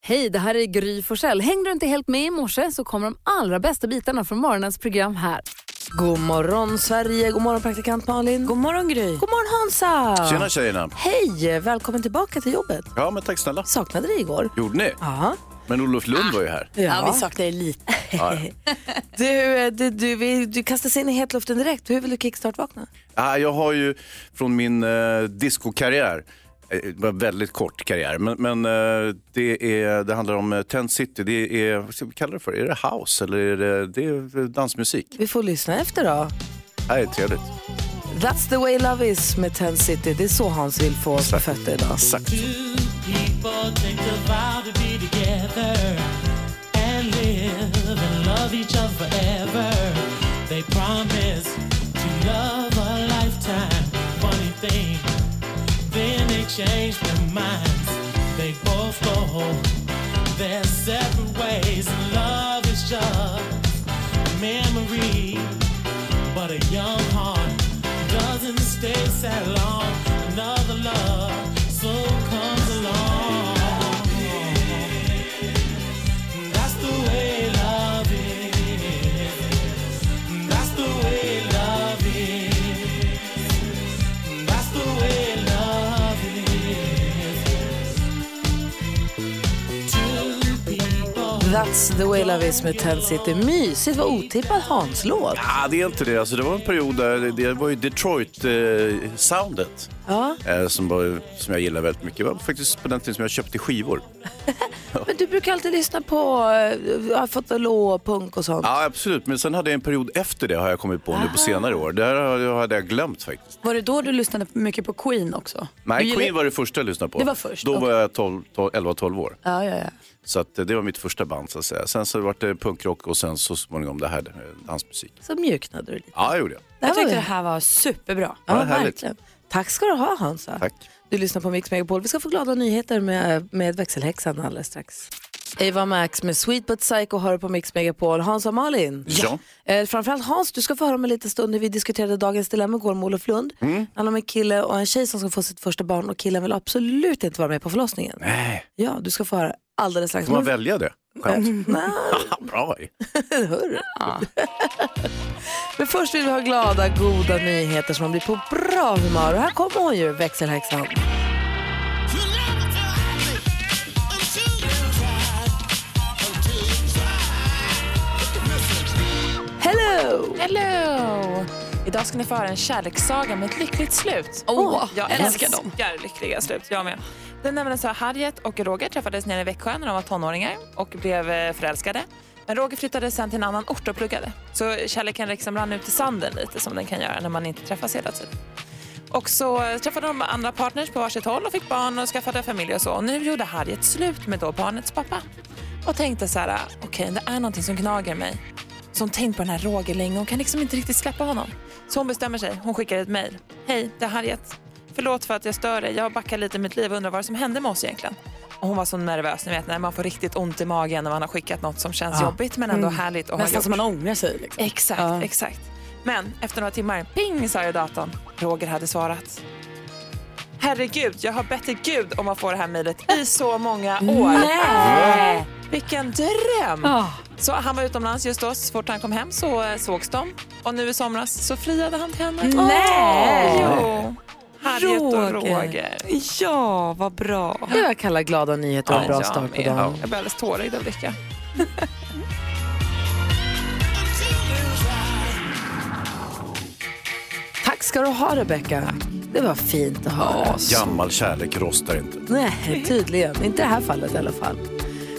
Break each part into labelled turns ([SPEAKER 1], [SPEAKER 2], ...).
[SPEAKER 1] Hej, det här är Gry Forssell. Hängde du inte helt med i morse så kommer de allra bästa bitarna från morgonens program här.
[SPEAKER 2] God morgon Sverige, god morgon praktikant Malin. God morgon Gry. God morgon Hansa.
[SPEAKER 3] Tjena tjejerna!
[SPEAKER 2] Hej, välkommen tillbaka till jobbet.
[SPEAKER 3] Ja, men tack snälla.
[SPEAKER 2] Saknade dig igår.
[SPEAKER 3] Gjorde ni?
[SPEAKER 2] Ja.
[SPEAKER 3] Men Olof Lund var ju här.
[SPEAKER 2] Ja, vi
[SPEAKER 4] saknar dig lite.
[SPEAKER 3] Ja, ja.
[SPEAKER 2] Du, eh, du, du, vi- du kastar sig in i hetluften direkt. Hur vill du kickstart-vakna?
[SPEAKER 3] Ah, jag har ju från min eh, discokarriär, eh, det var en väldigt kort karriär, men, men eh, det, är, det handlar om eh, Tent City. Det är, vad ska vi kalla det för? Är det house eller är det, det är eh, dansmusik?
[SPEAKER 2] Vi får lyssna efter då.
[SPEAKER 3] Det här är trevligt.
[SPEAKER 2] That's the way love is med Ten City. Det är så Hans vill få oss på fötter idag.
[SPEAKER 3] Exakt.
[SPEAKER 5] People take a vow to be together and live and love each other forever. They promise to love a lifetime. Funny thing, then they change their minds. They both go their separate ways. Love is just a memory, but a young heart doesn't stay sad long. Another love soon comes along. That's the way love is. That's the way love is. That's the way love is. Two people.
[SPEAKER 2] That's the way love is med Ten City. Mysigt, vad otippad Hans-låt.
[SPEAKER 3] Ah, det är inte det. Alltså, det var en period där det, det var ju Detroit-soundet
[SPEAKER 2] Ja.
[SPEAKER 3] eh, som, var- som jag gillar väldigt mycket. Det var faktiskt på den tiden som jag köpte skivor.
[SPEAKER 2] Men du brukar alltid lyssna på eh, Fatalå, punk och sånt.
[SPEAKER 3] Ja, absolut. Men sen hade jag en period efter det har jag kommit på nu på senare år. Det här har- det hade jag glömt faktiskt.
[SPEAKER 4] Var det då du lyssnade mycket på Queen också?
[SPEAKER 3] Nej,
[SPEAKER 4] du gillar-
[SPEAKER 3] Queen var det första jag lyssnade på.
[SPEAKER 4] Det var först,
[SPEAKER 3] Då
[SPEAKER 4] okej.
[SPEAKER 3] var jag 12, 12, 11-12 år.
[SPEAKER 4] Ja, ja, ja.
[SPEAKER 3] Så att, eh, det var mitt första band så att säga. Sen så var det punkrock och sen så småningom det här, eh, dansmusik.
[SPEAKER 2] Så mjuknade du lite.
[SPEAKER 3] Ja, det gjorde jag.
[SPEAKER 4] Jag
[SPEAKER 2] var
[SPEAKER 4] tyckte
[SPEAKER 2] det.
[SPEAKER 4] det här var superbra.
[SPEAKER 2] Ja,
[SPEAKER 3] härligt.
[SPEAKER 2] verkligen. Tack ska du ha Hansa.
[SPEAKER 3] Tack.
[SPEAKER 2] Du lyssnar på Mix Megapol. Vi ska få glada nyheter med, med växelhäxan alldeles strax. Eva Max med Sweet But Psycho hör på Mix Megapol. Hans och Malin.
[SPEAKER 3] Ja.
[SPEAKER 2] Eh, framförallt Hans, du ska få höra om en liten stund när vi diskuterade dagens dilemma igår med Olof Lund. Mm. Han om en kille och en tjej som ska få sitt första barn och killen vill absolut inte vara med på förlossningen.
[SPEAKER 3] Nej,
[SPEAKER 2] Ja, du ska få höra alldeles strax.
[SPEAKER 3] får man välja det? Skönt.
[SPEAKER 2] Nej,
[SPEAKER 3] Bra.
[SPEAKER 2] hörru. Men först vill vi ha glada, goda nyheter som man blir på bra humör. Och här kommer hon ju, växelhäxan. Hello!
[SPEAKER 6] Hello! Idag ska ni få höra en kärlekssaga med ett lyckligt slut.
[SPEAKER 2] Åh,
[SPEAKER 6] jag
[SPEAKER 2] älskar
[SPEAKER 6] dem. lyckliga slut, jag med. Det är nämligen så här, Harriet och Roger träffades nere i Växjö när de var tonåringar och blev eh, förälskade. Men Roger flyttade sen till en annan ort och pluggade. Så kärleken liksom rann ut i sanden lite som den kan göra när man inte träffas hela tiden. Och så eh, träffade de andra partners på varsitt håll och fick barn och skaffade familj och så. Och nu gjorde Harriet slut med då barnets pappa. Och tänkte så här, okej det är någonting som gnager mig. Så hon tänkt på den här Roger länge. Hon kan liksom inte riktigt släppa honom. Så hon bestämmer sig. Hon skickar ett mejl. Hej, det är Harriet. Förlåt för att jag stör dig. Jag backar lite i mitt liv och undrar vad som hände med oss egentligen. Och hon var så nervös, ni vet när man får riktigt ont i magen när man har skickat något som känns jobbigt men ändå härligt och
[SPEAKER 4] Mm.
[SPEAKER 6] har
[SPEAKER 4] Nästan
[SPEAKER 6] gjort.
[SPEAKER 4] som man ångrar sig. Liksom.
[SPEAKER 6] Exakt, exakt. Men efter några timmar, ping, sa ju datorn. Roger hade svarat. Herregud, jag har bett till Gud om att få det här mejlet i så många år.
[SPEAKER 4] Nej.
[SPEAKER 6] Vilken dröm!
[SPEAKER 1] Ah.
[SPEAKER 6] Så han var utomlands just då. Så fort han kom hem så eh, sågs de. Och nu i somras så friade han till henne.
[SPEAKER 4] Nej.
[SPEAKER 6] Jo. Harriet och
[SPEAKER 4] Roger.
[SPEAKER 6] Roger.
[SPEAKER 4] Ja, vad bra.
[SPEAKER 2] Det jag kallar glada nyheter och en bra
[SPEAKER 6] jag
[SPEAKER 2] start på
[SPEAKER 6] med.
[SPEAKER 2] dagen.
[SPEAKER 6] Jag blir alldeles tårögd av lycka.
[SPEAKER 2] Tack ska du ha Rebecca. Det var fint att höra.
[SPEAKER 3] Gammal kärlek rostar inte.
[SPEAKER 2] Nej, tydligen. Inte i det här fallet i alla fall.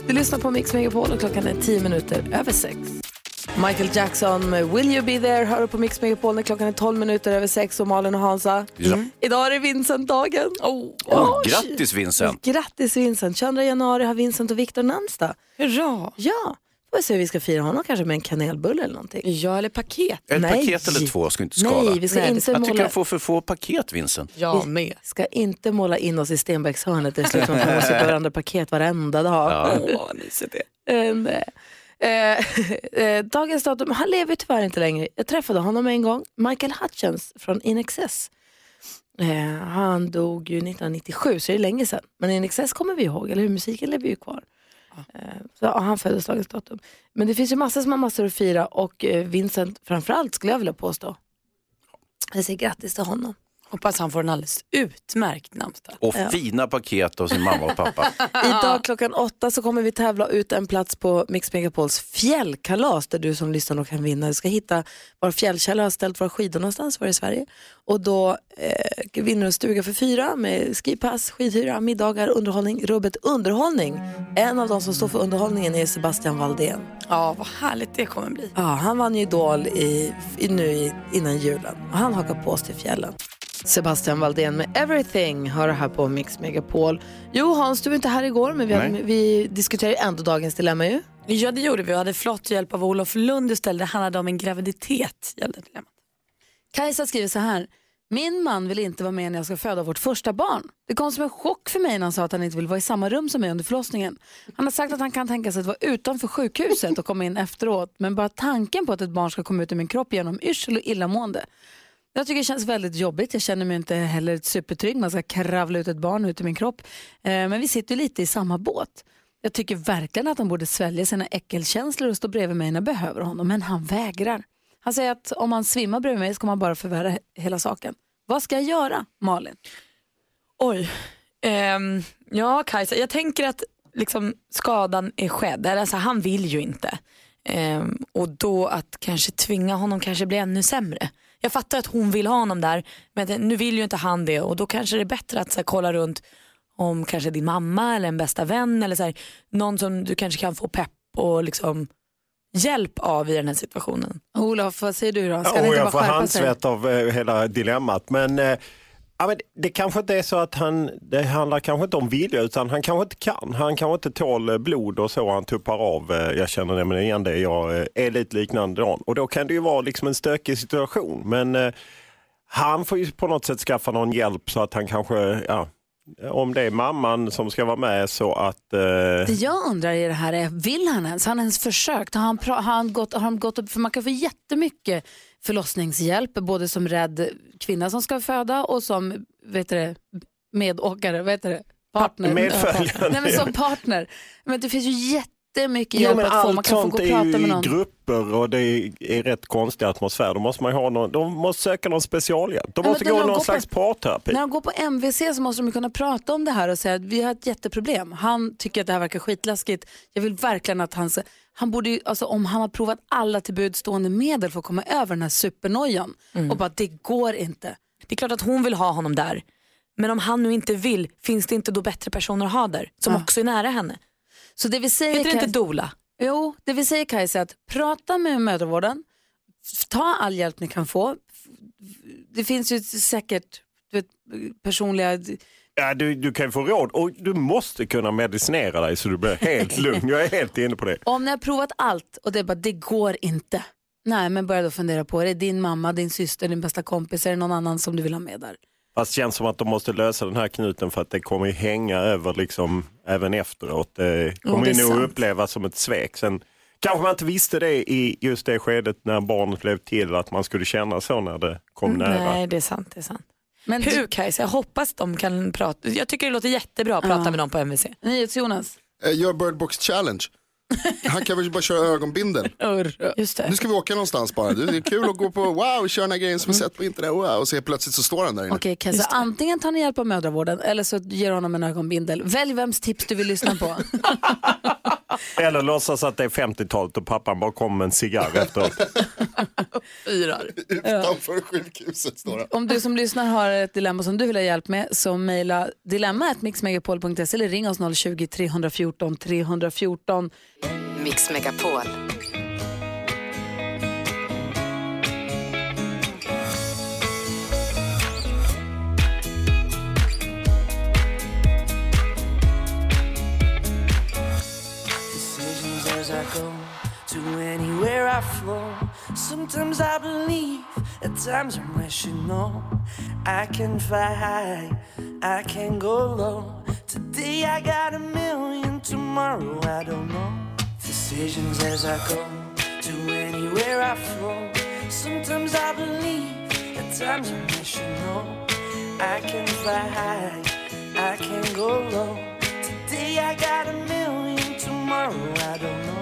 [SPEAKER 2] Du lyssnar på Mix Megapol och klockan är 10 minuter över sex. Michael Jackson med Will You Be There hör du på Mix Megapol när klockan är 12 minuter över sex och Malin och Hansa.
[SPEAKER 3] Ja.
[SPEAKER 2] Idag är det Vincent-dagen. Oh.
[SPEAKER 3] Oh, grattis Vincent!
[SPEAKER 2] Grattis Vincent! 22 januari har Vincent och Viktor namnsdag.
[SPEAKER 4] Hurra.
[SPEAKER 2] Ja, får vi se hur vi ska fira honom kanske med en kanelbulle eller någonting.
[SPEAKER 4] Ja, eller paket.
[SPEAKER 3] Ett
[SPEAKER 2] Nej.
[SPEAKER 3] paket eller två ska inte skada.
[SPEAKER 2] Nej, vi ska
[SPEAKER 4] Nej, det-
[SPEAKER 2] inte
[SPEAKER 3] jag tycker
[SPEAKER 2] måla...
[SPEAKER 3] jag får för få paket Vincent.
[SPEAKER 4] Jag med.
[SPEAKER 2] ska inte måla in oss i Stenbeckshörnet. Det slutar med att vi måste på varandra paket varenda dag.
[SPEAKER 4] Åh, vad mysigt det är.
[SPEAKER 2] Eh, nej. Eh, eh, dagens datum, han lever tyvärr inte längre. Jag träffade honom en gång, Michael Hutchins från In Excess. Eh, han dog ju 1997, så det är länge sedan. Men In Excess kommer vi ihåg, eller hur? Musiken lever ju kvar.
[SPEAKER 7] Eh, Så ja, han föddes dagens datum. Men det finns ju massor som har massor att fira och eh, Vincent framförallt skulle jag vilja påstå. Jag säger grattis till honom.
[SPEAKER 8] Hoppas han får en alldeles utmärkt namnsdag.
[SPEAKER 3] Och fina paket av sin mamma och pappa.
[SPEAKER 7] Idag klockan åtta så kommer vi tävla ut en plats på Mix Megapols fjällkalas där du som lyssnar då kan vinna. Du ska hitta var fjällkällor har ställt våra skidor någonstans, var i Sverige. Och då eh, vinner du en stuga för fyra med skipass, skidhyra, middagar, underhållning, rubbet underhållning. En av de som står för underhållningen är Sebastian Valdén.
[SPEAKER 8] Ja, vad härligt det kommer bli.
[SPEAKER 7] Ja, han vann ju Idol i, i, nu i, innan julen och han hakar på oss till fjällen. Sebastian Valdén med Everything hör du här på Mix Megapol. Jo Hans, du var inte här igår men vi, hade,
[SPEAKER 3] Nej.
[SPEAKER 7] vi diskuterade ju ändå dagens dilemma ju.
[SPEAKER 8] Ja, det gjorde vi och hade flott hjälp av Olof Lund istället. Det handlade om en graviditet. Gällde dilemmat.
[SPEAKER 2] Kajsa skriver så här. Min man vill inte vara med när jag ska föda vårt första barn. Det kom som en chock för mig när han sa att han inte vill vara i samma rum som mig under förlossningen. Han har sagt att han kan tänka sig att vara utanför sjukhuset och komma in efteråt. Men bara tanken på att ett barn ska komma ut ur min kropp genom yrsel och illamående. Jag tycker det känns väldigt jobbigt. Jag känner mig inte heller supertrygg. Man ska kravla ut ett barn ut ur min kropp. Eh, Men vi sitter ju lite i samma båt. Jag tycker verkligen att han borde svälja sina äckelkänslor och stå bredvid mig när jag behöver honom. Men han vägrar. Han säger att om han svimmar bredvid mig så kommer han bara förvärra he- hela saken. Vad ska jag göra, Malin?
[SPEAKER 8] Oj. Ehm, ja, Kajsa, jag tänker att liksom, skadan är skedd. Eller, Alltså, han vill ju inte. Ehm, och då att kanske tvinga honom kanske blir ännu sämre. Jag fattar att hon vill ha honom där, men det- nu vill ju inte han det och då kanske det är bättre att så här, kolla runt om kanske din mamma eller en bästa vän eller så här, någon som du kanske kan få pepp och liksom, hjälp av i den här situationen.
[SPEAKER 2] Olof, vad säger du då? Ska han
[SPEAKER 9] och
[SPEAKER 2] inte
[SPEAKER 9] jag
[SPEAKER 2] bara
[SPEAKER 9] får
[SPEAKER 2] skärpa sig?
[SPEAKER 9] handsvett av eh, hela dilemmat. Men, eh, ja, men det kanske inte är så att han, det handlar kanske inte om vilja utan han kanske inte kan. Han kanske inte tål eh, blod och så han tuppar av. eh, Jag känner nämligen igen det, jag eh, är lite liknande Dan. Och då kan det ju vara liksom en stökig situation. Men eh, han får ju på något sätt skaffa någon hjälp så att han kanske, ja, om det är mamman som ska vara med så att eh,
[SPEAKER 2] Det jag undrar i det här är, vill han ens? Har han ens försökt? Har han, pra- har han, gått, har han gått upp? För man kan få jättemycket förlossningshjälp, både som rädd kvinna som ska föda och som vet du det, medåkare, vet du det? Partner.
[SPEAKER 9] medföljande.
[SPEAKER 2] Nej, men som partner. Men det finns ju jättemycket
[SPEAKER 9] Jo,
[SPEAKER 2] hjälp
[SPEAKER 9] men
[SPEAKER 2] att få.
[SPEAKER 9] allt
[SPEAKER 2] Man kan få
[SPEAKER 9] sånt
[SPEAKER 2] gå och
[SPEAKER 9] är
[SPEAKER 2] prata
[SPEAKER 9] ju
[SPEAKER 2] med
[SPEAKER 9] i
[SPEAKER 2] någon.
[SPEAKER 9] grupper och det är, är rätt konstig atmosfär. Då måste man ju ha någon, de måste söka någon specialhjälp. De
[SPEAKER 2] men
[SPEAKER 9] måste
[SPEAKER 2] när
[SPEAKER 9] gå
[SPEAKER 2] de
[SPEAKER 9] någon
[SPEAKER 2] går på-
[SPEAKER 9] slags parterapi.
[SPEAKER 2] När de går på MVC så måste de ju kunna prata om det här och säga att vi har ett jätteproblem. Han tycker att det här verkar skitläskigt. Jag vill verkligen att han... se- Han borde ju, alltså, om han har provat alla till buds stående medel för att komma över den här supernojan och bara det går inte.
[SPEAKER 8] Mm. Det är klart att hon vill ha honom där. Men om han nu inte vill, finns det inte då bättre personer att ha där som också är nära henne?
[SPEAKER 2] Så det vi säger
[SPEAKER 8] Heter det inte
[SPEAKER 2] Kaj-
[SPEAKER 8] dola?
[SPEAKER 2] Jo, det vi säger Kajsa är att prata med mödravården, f- ta all hjälp ni kan få. F- Det finns ju säkert du vet, personliga...
[SPEAKER 9] Ja, du, du kan ju få råd och du måste kunna medicinera dig så du blir helt lugn. Jag är helt inne på det.
[SPEAKER 2] Om ni har provat allt och det är bara, det går inte. Nej, men börja då fundera på det. Din mamma, din syster, din bästa kompis, är det någon annan som du vill ha med där?
[SPEAKER 9] Fast det känns som att de måste lösa den här knuten för att det kommer ju hänga över liksom, även efteråt. Det kommer
[SPEAKER 8] det
[SPEAKER 9] ju
[SPEAKER 8] är
[SPEAKER 9] nog
[SPEAKER 8] sant.
[SPEAKER 9] upplevas som ett svek. Sen, kanske man inte visste det i just det skedet när barnet blev till att man skulle känna så när det kom nära.
[SPEAKER 8] Mm, Nej, det är sant. Det är sant.
[SPEAKER 2] Men
[SPEAKER 8] Hur Kajsa, jag hoppas de kan prata. Jag tycker det låter jättebra att prata med någon på MVC.
[SPEAKER 2] du- NyhetsJonas,
[SPEAKER 10] Eh, Gör Bird Box Challenge. Han kan väl bara köra ögonbindel.
[SPEAKER 8] Just det.
[SPEAKER 10] Nu ska vi åka någonstans bara. Det är kul att gå på wow, köra den här grejen som vi sett på internet. Wow. Och så helt plötsligt så står han där inne.
[SPEAKER 2] okej Kajsa, antingen tar ni hjälp av mödravården eller så ger du honom en ögonbindel. Välj vems tips du vill lyssna på.
[SPEAKER 9] Eller låtsas att det är 50-talet och pappan bara kom med en cigarr efteråt.
[SPEAKER 10] Utanför sjukhuset står han.
[SPEAKER 2] Om du som lyssnar har ett dilemma som du vill ha hjälp med så mejla dilemma.mixmegapol.se eller ring oss 020-314 314.
[SPEAKER 11] Mix Megapol.
[SPEAKER 1] decisions as I go to anywhere I flow. Sometimes I believe, at times I'm rational. I can fly high, I can go low. Today I got a million, tomorrow I don't know. Decisions as I go to anywhere I flow. Sometimes I believe, at times I'm rational. I can fly high, I can go low. Today I got a million, tomorrow.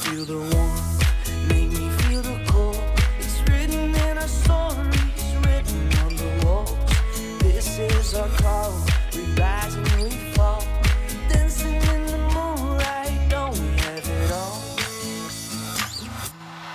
[SPEAKER 5] feel the warmth, make me feel the cold. It's written in our stories, written on the walls. This is our call. We rise and we fall. Dancing in the moonlight, don't we have it all?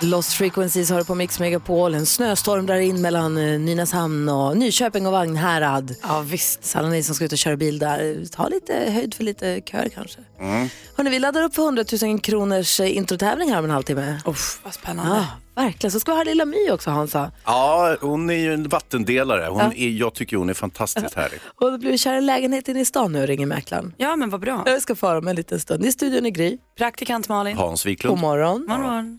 [SPEAKER 2] Lost Frequencies har på Mix Megapol. En snöstorm drar in mellan eh, Nynäshamn och Nyköping och Vagnhärad. Ja visst. Så alla ni som ska ut och köra bil där, ta lite höjd för lite köer kanske. Mm. Hörrni, vi laddar upp för 100 000 kronors eh, introtävling här om en halvtimme. Uff, vad spännande. Ja, verkligen. Så ska vi ha Lilla My också Hansa.
[SPEAKER 3] Ja, hon är ju en vattendelare. Hon är, jag tycker hon är fantastiskt härlig.
[SPEAKER 2] Och det blir kär i lägenhet inne i stan nu och ringer mäklaren.
[SPEAKER 4] Ja, men vad bra.
[SPEAKER 2] Jag ska få höra om en liten stund. I studion är Gry.
[SPEAKER 4] Praktikant Malin.
[SPEAKER 3] Hans Wiklund.
[SPEAKER 2] God morgon.
[SPEAKER 4] Morgon.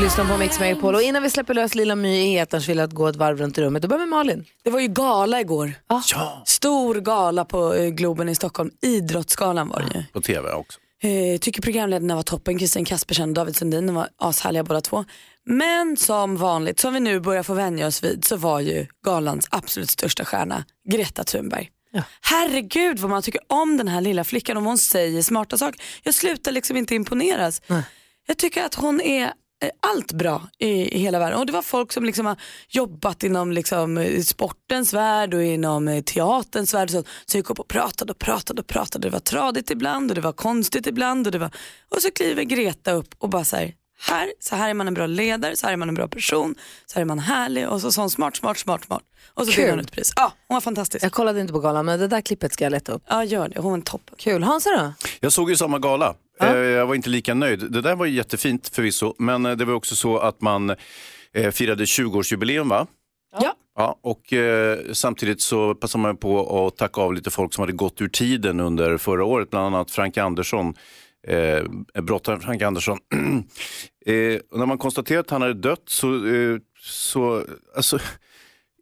[SPEAKER 2] Lyssna på Mix Megapol. Och innan vi släpper lös Lilla My i etern så vill jag att gå ett varv runt rummet. Då börjar med Malin.
[SPEAKER 8] Det var ju gala igår.
[SPEAKER 3] Ja,
[SPEAKER 8] Stor gala på eh, Globen i Stockholm. Idrottsgalan var det ju.
[SPEAKER 3] på tv också.
[SPEAKER 8] Eh, tycker programledarna var toppen, Kristin Kaspersen och David Sundin, de var ashärliga båda två. Men som vanligt, som vi nu börjar få vänja oss vid, så var ju galans absolut största stjärna Greta Thunberg. Herregud vad man tycker om den här lilla flickan, om hon säger smarta saker. Jag slutar liksom inte imponeras. Jag tycker att hon är eh, allt bra i, i hela världen. Och det var folk som liksom har jobbat inom liksom eh, sportens värld och inom eh, teaterns värld. Så, så gick upp och pratade och pratade och pratade. Det var tradigt ibland och det var konstigt ibland. Och, det var... och så kliver Greta upp och bara säger här, så här är man en bra ledare, så här är man en bra person, så här är man härlig och så sån smart, smart, smart, smart. Och så
[SPEAKER 2] Kul.
[SPEAKER 8] fick hon ett pris. Ja, hon var fantastisk.
[SPEAKER 2] Jag kollade inte på galan men det där klippet ska jag leta upp.
[SPEAKER 8] Ja, gör det. Hon var en toppen.
[SPEAKER 2] Kul. Hansa då?
[SPEAKER 3] Jag såg ju samma gala. Eh, Jag var inte lika nöjd. Det där var ju jättefint förvisso, men eh, det var också så att man eh, firade 20-årsjubileum va?
[SPEAKER 8] Ja.
[SPEAKER 3] Ja, och eh, samtidigt så passade man på att tacka av lite folk som hade gått ur tiden under förra året, bland annat Frank Andersson, eh, brottaren Frank Andersson. eh, och när man konstaterade att han hade dött så, eh, så alltså,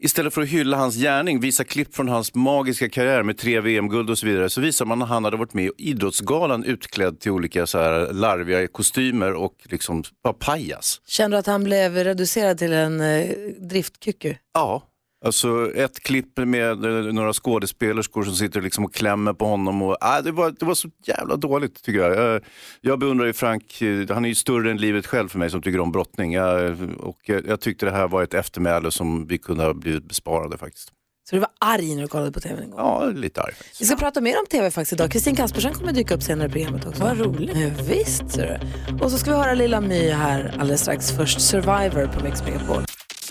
[SPEAKER 3] istället för att hylla hans gärning, visa klipp från hans magiska karriär med tre VM-guld och så vidare, så visar man att han hade varit med i Idrottsgalan utklädd till olika så här larviga kostymer och liksom bara pajas.
[SPEAKER 2] Känner du att han blev reducerad till en eh, driftkucku?
[SPEAKER 3] Ja. Alltså ett klipp med eh, några skådespelerskor som sitter liksom och klämmer på honom. Och, ah, det, var, det var så jävla dåligt tycker jag. Eh, Jag beundrar ju Frank, eh, han är ju större än livet själv för mig som tycker om brottning. Jag, och jag, jag tyckte det här var ett eftermäle som vi kunde ha blivit besparade faktiskt.
[SPEAKER 2] Så du var arg när du kollade på tv en gång?
[SPEAKER 3] Ja, lite arg faktiskt.
[SPEAKER 2] Vi ska prata mer om tv faktiskt idag. Kristin Kaspersen kommer dyka upp senare i programmet också. Vad roligt. Ja, visst ser du. Och så ska vi höra Lilla My här alldeles strax. Först Survivor på Mix Megapol.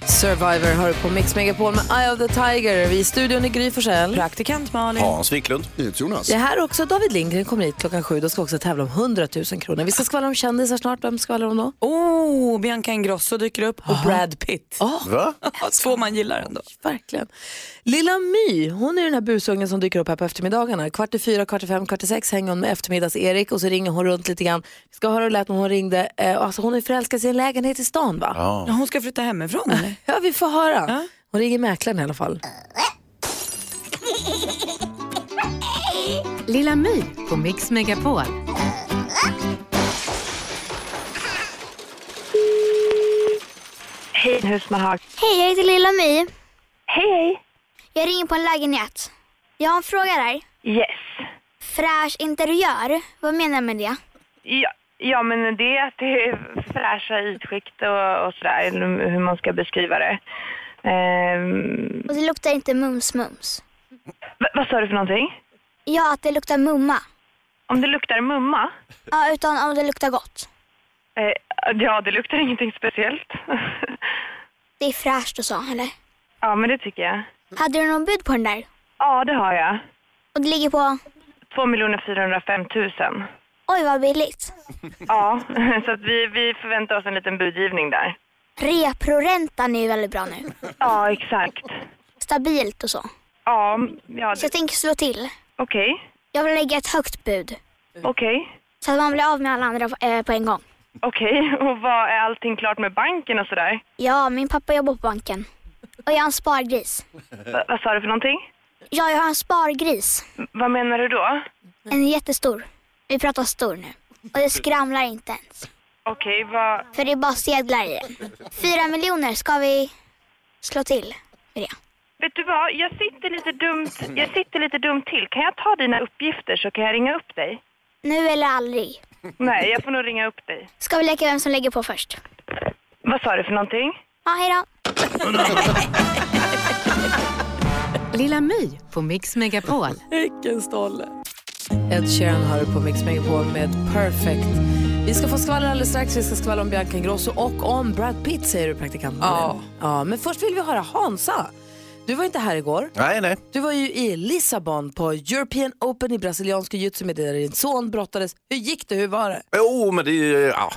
[SPEAKER 2] Survivor hör du på Mix Megapol med Eye of the Tiger. Vi i studion i Gry Forssell.
[SPEAKER 8] Praktikant Malin.
[SPEAKER 3] Hans Wiklund.
[SPEAKER 10] Jonas.
[SPEAKER 2] Det är här också David Lindgren kommer hit klockan sju. Då ska också tävla om 100 000 kronor. Vi ska skvallra om kändisar snart. Vem skvallrar om då?
[SPEAKER 8] Oh, Bianca Ingrosso dyker upp och Brad Pitt.
[SPEAKER 3] Va?
[SPEAKER 8] Två man gillar ändå.
[SPEAKER 2] Verkligen. Lilla My, hon är den här busungen som dyker upp här på eftermiddagarna. Kvart i fyra, kvart i fem, kvart i sex hänger hon med eftermiddags-Erik och så ringer hon runt lite grann. Vi ska höra hur det lät när hon ringde. Eh, Alltså, hon är förälskad i sin lägenhet i stan va? Ja,
[SPEAKER 8] Ja, Hon ska flytta hemifrån eller?
[SPEAKER 2] vi får höra. Hon ringer mäklaren i alla fall.
[SPEAKER 11] Lilla My på Mix Megapol.
[SPEAKER 12] Hej, jag heter Lilla My. Hej, hej. Jag ringer på en lägenhet. Jag har en fråga där.
[SPEAKER 13] Yes.
[SPEAKER 12] Fräsch interiör, vad menar du med det?
[SPEAKER 13] Ja, ja, men det är att det är fräscha ytskikt och, och sådär, eller hur man ska beskriva det. Ehm,
[SPEAKER 12] Och det luktar inte mums-mums.
[SPEAKER 13] v- vad sa du för någonting?
[SPEAKER 12] Ja, att det luktar mumma.
[SPEAKER 13] Om det luktar mumma?
[SPEAKER 12] Ja, utan om det luktar gott.
[SPEAKER 13] Eh, ja, det luktar ingenting speciellt.
[SPEAKER 12] Det är fräscht och så, eller?
[SPEAKER 13] ja, men det tycker jag.
[SPEAKER 12] Hade du någon bud på den där?
[SPEAKER 13] Ja, det har jag.
[SPEAKER 12] Och det ligger på...
[SPEAKER 13] 2 405 000.
[SPEAKER 12] Oj, vad billigt.
[SPEAKER 13] Ja, så att vi, vi förväntar oss en liten budgivning där.
[SPEAKER 12] Reproräntan är ju väldigt bra nu.
[SPEAKER 13] Ja, exakt.
[SPEAKER 12] Stabilt och så.
[SPEAKER 13] Ja, ja
[SPEAKER 12] Så
[SPEAKER 13] det-
[SPEAKER 12] jag tänker slå till.
[SPEAKER 13] okej.
[SPEAKER 12] Jag vill lägga ett högt bud.
[SPEAKER 13] Okej.
[SPEAKER 12] Så att man blir av med alla andra på, eh, på en gång.
[SPEAKER 13] Okej, och vad är allting klart med banken och sådär?
[SPEAKER 12] Ja, min pappa jobbar på banken. Och jag har en spargris.
[SPEAKER 13] Va, vad sa du för någonting?
[SPEAKER 12] Ja, jag har en spargris.
[SPEAKER 13] Vad menar du då?
[SPEAKER 12] En jättestor. Vi pratar stor nu. Och det skramlar inte ens.
[SPEAKER 13] Okej, vad...
[SPEAKER 12] För det är bara seglar i den. Fyra miljoner ska vi slå till med det.
[SPEAKER 13] Vet du vad, jag sitter, lite dumt, jag sitter lite dumt till. Kan jag ta dina uppgifter så kan jag ringa upp dig?
[SPEAKER 12] Nu eller aldrig.
[SPEAKER 13] Nej, jag får nog ringa upp dig.
[SPEAKER 12] Ska vi leka vem som lägger på först?
[SPEAKER 13] Vad sa du för någonting?
[SPEAKER 12] Ja, hej då.
[SPEAKER 11] Lilla My på Mix Megapol.
[SPEAKER 2] Vilken stolle. Ed Sheeran har du på Mix Megapol med Perfect. Vi ska få skvaller alldeles strax. Vi ska skvallra om Bianca Ingrosso och om Brad Pitt säger du praktikant
[SPEAKER 1] Ja.
[SPEAKER 2] ja. Men först vill vi höra Hansa. Du var inte här igår.
[SPEAKER 3] Nej, nej.
[SPEAKER 2] Du var ju i Lissabon på European Open i brasiliansk jiu-jitsu med där din son brottades. Hur gick det? Hur var det?
[SPEAKER 3] Jo, men det är, ja,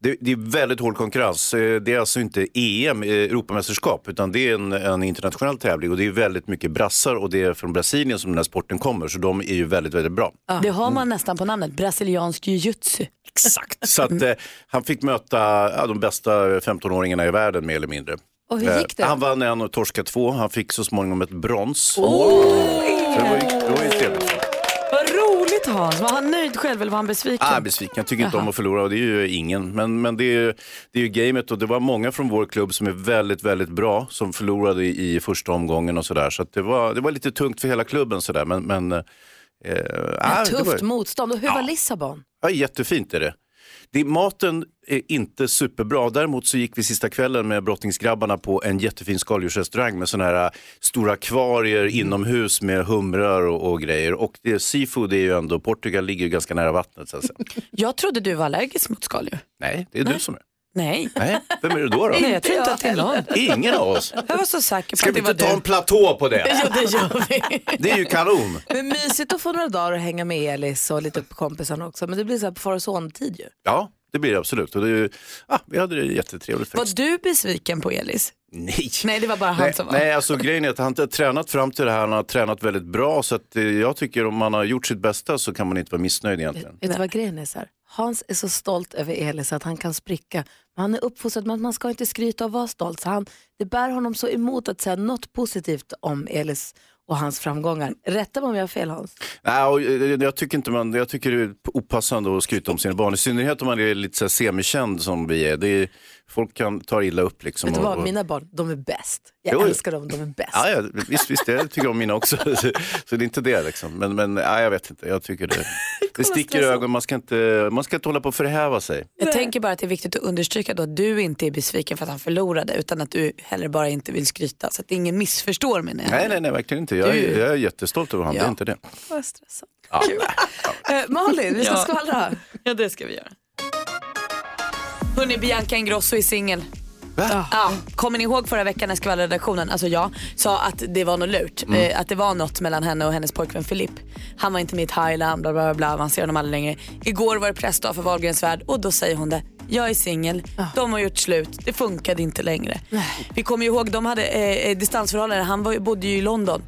[SPEAKER 3] det, det är väldigt hård konkurrens. Eh, Det är alltså inte EM, eh, Europamästerskap, utan det är en, en internationell tävling och det är väldigt mycket brassar och det är från Brasilien som den här sporten kommer, så de är ju väldigt, väldigt bra.
[SPEAKER 8] Det har man nästan på namnet, brasiliansk jiu-jitsu.
[SPEAKER 3] Exakt. Så att,
[SPEAKER 1] Mm.
[SPEAKER 3] eh, han fick möta ja, de bästa 15-åringarna i världen mer eller mindre. Eh,
[SPEAKER 1] Och hur gick det?
[SPEAKER 3] han vann en och torskade två. Han fick så småningom ett brons. Så det var ju, det var ju trevligt.
[SPEAKER 8] Vad roligt Hans, var han nöjd själv eller var han besviken?
[SPEAKER 3] Ah, besviken. Jag tycker inte
[SPEAKER 8] Jaha.
[SPEAKER 3] om att förlora och det är ju ingen. Men, men det, är, ju- det är ju gamet och det var många från vår klubb som är väldigt, väldigt bra som förlorade i, i första omgången och sådär. Så att det, var, det var lite tungt för hela klubben sådär. Men, men, eh, ah, det
[SPEAKER 1] Tufft
[SPEAKER 3] var,
[SPEAKER 1] motstånd. Och hur var Lissabon?
[SPEAKER 3] ja, jättefint är det. det. Maten är inte superbra. Däremot så gick vi sista kvällen med brottningsgrabbarna på en jättefin skaldjursrestaurang med sådana här eh, stora akvarier inomhus med humrar och, och grejer. Och det, seafood är ju ändå, Portugal ligger ju ganska nära vattnet så att säga.
[SPEAKER 8] Jag trodde du var allergisk mot skaldjur.
[SPEAKER 3] Nej, det är du som är.
[SPEAKER 8] Nej.
[SPEAKER 3] Nej, vem är det då? då?
[SPEAKER 8] Nej, jag tror inte att det är någon.
[SPEAKER 3] Ingen av oss.
[SPEAKER 8] Jag var så säker på
[SPEAKER 3] Ska
[SPEAKER 8] att
[SPEAKER 3] vi
[SPEAKER 8] det var
[SPEAKER 3] inte
[SPEAKER 8] du.
[SPEAKER 3] ta en platå på det?
[SPEAKER 2] Ja, det gör vi.
[SPEAKER 3] Det är ju kanon.
[SPEAKER 2] Men mysigt att få några dagar att hänga med Elis och lite på kompisarna också. Men det blir så här på far och son-tid ju.
[SPEAKER 3] Ja, det blir det absolut. Och det är ju, ah, vi hade det jättetrevligt faktiskt.
[SPEAKER 8] Var du besviken på Elis?
[SPEAKER 3] Nej.
[SPEAKER 8] Nej, det var bara han
[SPEAKER 3] Nej,
[SPEAKER 8] som var.
[SPEAKER 3] nej, alltså grejen är att han inte har tränat fram till det här, han har tränat väldigt bra så att eh, jag tycker om man har gjort sitt bästa så kan man inte vara missnöjd egentligen.
[SPEAKER 2] Vet du vad grejen är? Så här? Hans är så stolt över Elis att han kan spricka. Men han är uppfostrad med att man ska inte skryta och vara stolt. Så han, det bär honom så emot att säga något positivt om Elis och hans framgångar. Rätta mig om jag har fel Hans.
[SPEAKER 3] Nej, och eh, jag, tycker inte man, jag tycker det är opassande att skryta om sina barn, i synnerhet om man är lite så här semikänd som vi är. Det är folk kan ta illa upp liksom.
[SPEAKER 2] Vet du
[SPEAKER 3] och-
[SPEAKER 2] vad,
[SPEAKER 3] och-
[SPEAKER 2] mina barn, de är bäst. Jag
[SPEAKER 3] Jo, jo.
[SPEAKER 2] älskar dem, de är bäst.
[SPEAKER 3] Ja, ja, visst, visst, jag tycker om mina också. Så, så det är inte det liksom. Men, men nej, jag vet inte, jag tycker det. Det sticker i ögonen, man ska, inte, man ska inte hålla på och förhäva sig.
[SPEAKER 8] Jag tänker bara att det är viktigt att understryka då att du inte är besviken för att han förlorade utan att du heller bara inte vill skryta så att ingen missförstår mig.
[SPEAKER 3] Nej, nej, nej, verkligen inte. Jag, är-
[SPEAKER 8] Du-
[SPEAKER 3] jag är jättestolt över honom, det är inte det.
[SPEAKER 2] Vad stressad.
[SPEAKER 3] Ja.
[SPEAKER 2] Eh, Malin, vi ska skvallra.
[SPEAKER 8] Ja, det ska vi göra. Hörni, Bianca Ingrosso är singel.
[SPEAKER 3] Ja.
[SPEAKER 8] Kommer ni ihåg förra veckan när skvallerredaktionen, alltså jag, sa att det var något lurt.
[SPEAKER 6] Mm.
[SPEAKER 8] Eh, att det var något mellan henne och hennes pojkvän Filip. Han var inte med i Thailand, bla bla bla, bla man ser honom aldrig längre. Igår var det pressdag för Wahlgrens värld och då säger hon det. Jag är singel, de har gjort slut, det funkade inte längre. Vi kommer ju ihåg, de hade eh, eh, distansförhållanden, han var, ju- bodde ju i London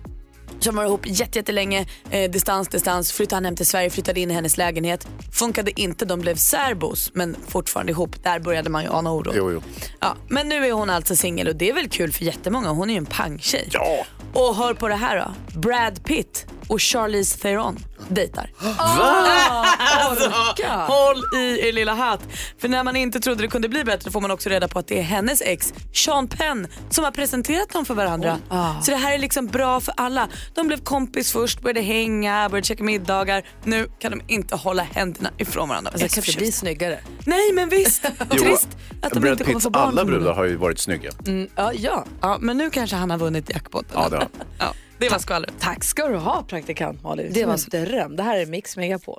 [SPEAKER 8] som var ihop jätte- jättelänge, eh, distans, distans, flyttade han hem till Sverige, flyttade in i hennes lägenhet. Funkade inte, de blev särbos men fortfarande ihop. Där började man ju ana oron.
[SPEAKER 3] Jo, jo.
[SPEAKER 8] Ja, men nu är hon alltså singel och det är väl kul för jättemånga. Hon är ju en pangtjej. Ja. Och hör på det här då. Brad Pitt och Charlize Theron Ah, dejtar.
[SPEAKER 2] Ah!
[SPEAKER 8] Alltså, håll i er lilla hatt. För när man inte trodde det kunde bli bättre får man också reda på att det är hennes ex Sean Penn som har presenterat dem för varandra.
[SPEAKER 2] Ah.
[SPEAKER 8] Så det här är liksom bra för alla. De blev kompis först, började hänga, började käka middagar. Nu kan de inte hålla händerna ifrån varandra.
[SPEAKER 2] Alltså, kan det bli snyggare?
[SPEAKER 8] Nej men visst, trist att de
[SPEAKER 3] Brad
[SPEAKER 8] inte kommer
[SPEAKER 3] Pitts
[SPEAKER 8] få barn.
[SPEAKER 3] alla
[SPEAKER 8] från honom.
[SPEAKER 3] brudar har ju varit snygga.
[SPEAKER 8] Mm, ja, ja. ja, men nu kanske han har vunnit jackpotten.
[SPEAKER 3] Ja, det har
[SPEAKER 8] Ja, det var skvallret.
[SPEAKER 2] Tack ska du ha praktikant Malin.
[SPEAKER 8] Det
[SPEAKER 2] Det
[SPEAKER 8] var
[SPEAKER 2] var en dröm. Det här är Mix Megapol.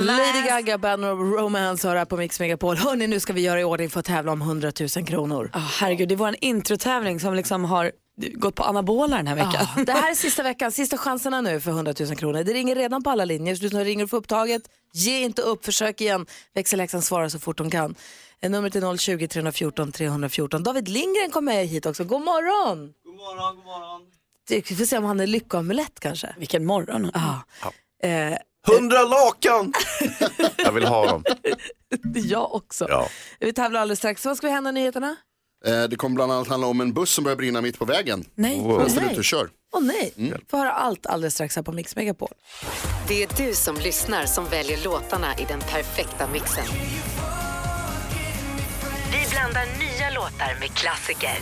[SPEAKER 2] Lady Gaga, Band of Romance har det här på Mix Megapol. Hörni, nu ska vi göra i ordning för att tävla om 100 000 kronor.
[SPEAKER 8] Ja, herregud, det var en introtävling som liksom har gått på anabola den här veckan.
[SPEAKER 2] Ja, det här är sista veckan, sista chanserna nu för 100 000 kronor. Det ringer redan på alla linjer, så du som ringer och får upptaget, ge inte upp, försök igen. Växelhäxan svarar så fort hon kan. Eh, Numret är 020-314 314. David Lindgren kommer med hit också. God morgon!
[SPEAKER 14] God morgon, god morgon.
[SPEAKER 2] Du, Vi får se om han är lyckoamulett kanske.
[SPEAKER 8] Vilken morgon!
[SPEAKER 2] Ja. Eh,
[SPEAKER 3] Hundra lakan! Jag vill ha dem.
[SPEAKER 2] jag också.
[SPEAKER 3] Ja.
[SPEAKER 2] Vi tävlar alldeles strax. Vad ska vi hända i nyheterna?
[SPEAKER 10] Eh, Det kommer bland annat handla om en buss som börjar brinna mitt på vägen.
[SPEAKER 8] Nej.
[SPEAKER 10] Wow. Medan
[SPEAKER 2] Nej.
[SPEAKER 10] den är ute och kör.
[SPEAKER 2] Åh nej,
[SPEAKER 10] Mm.
[SPEAKER 2] får höra allt alldeles strax här på Mix Megapol.
[SPEAKER 11] Det är du som lyssnar som väljer låtarna i den perfekta mixen. Vi blandar nya låtar med klassiker.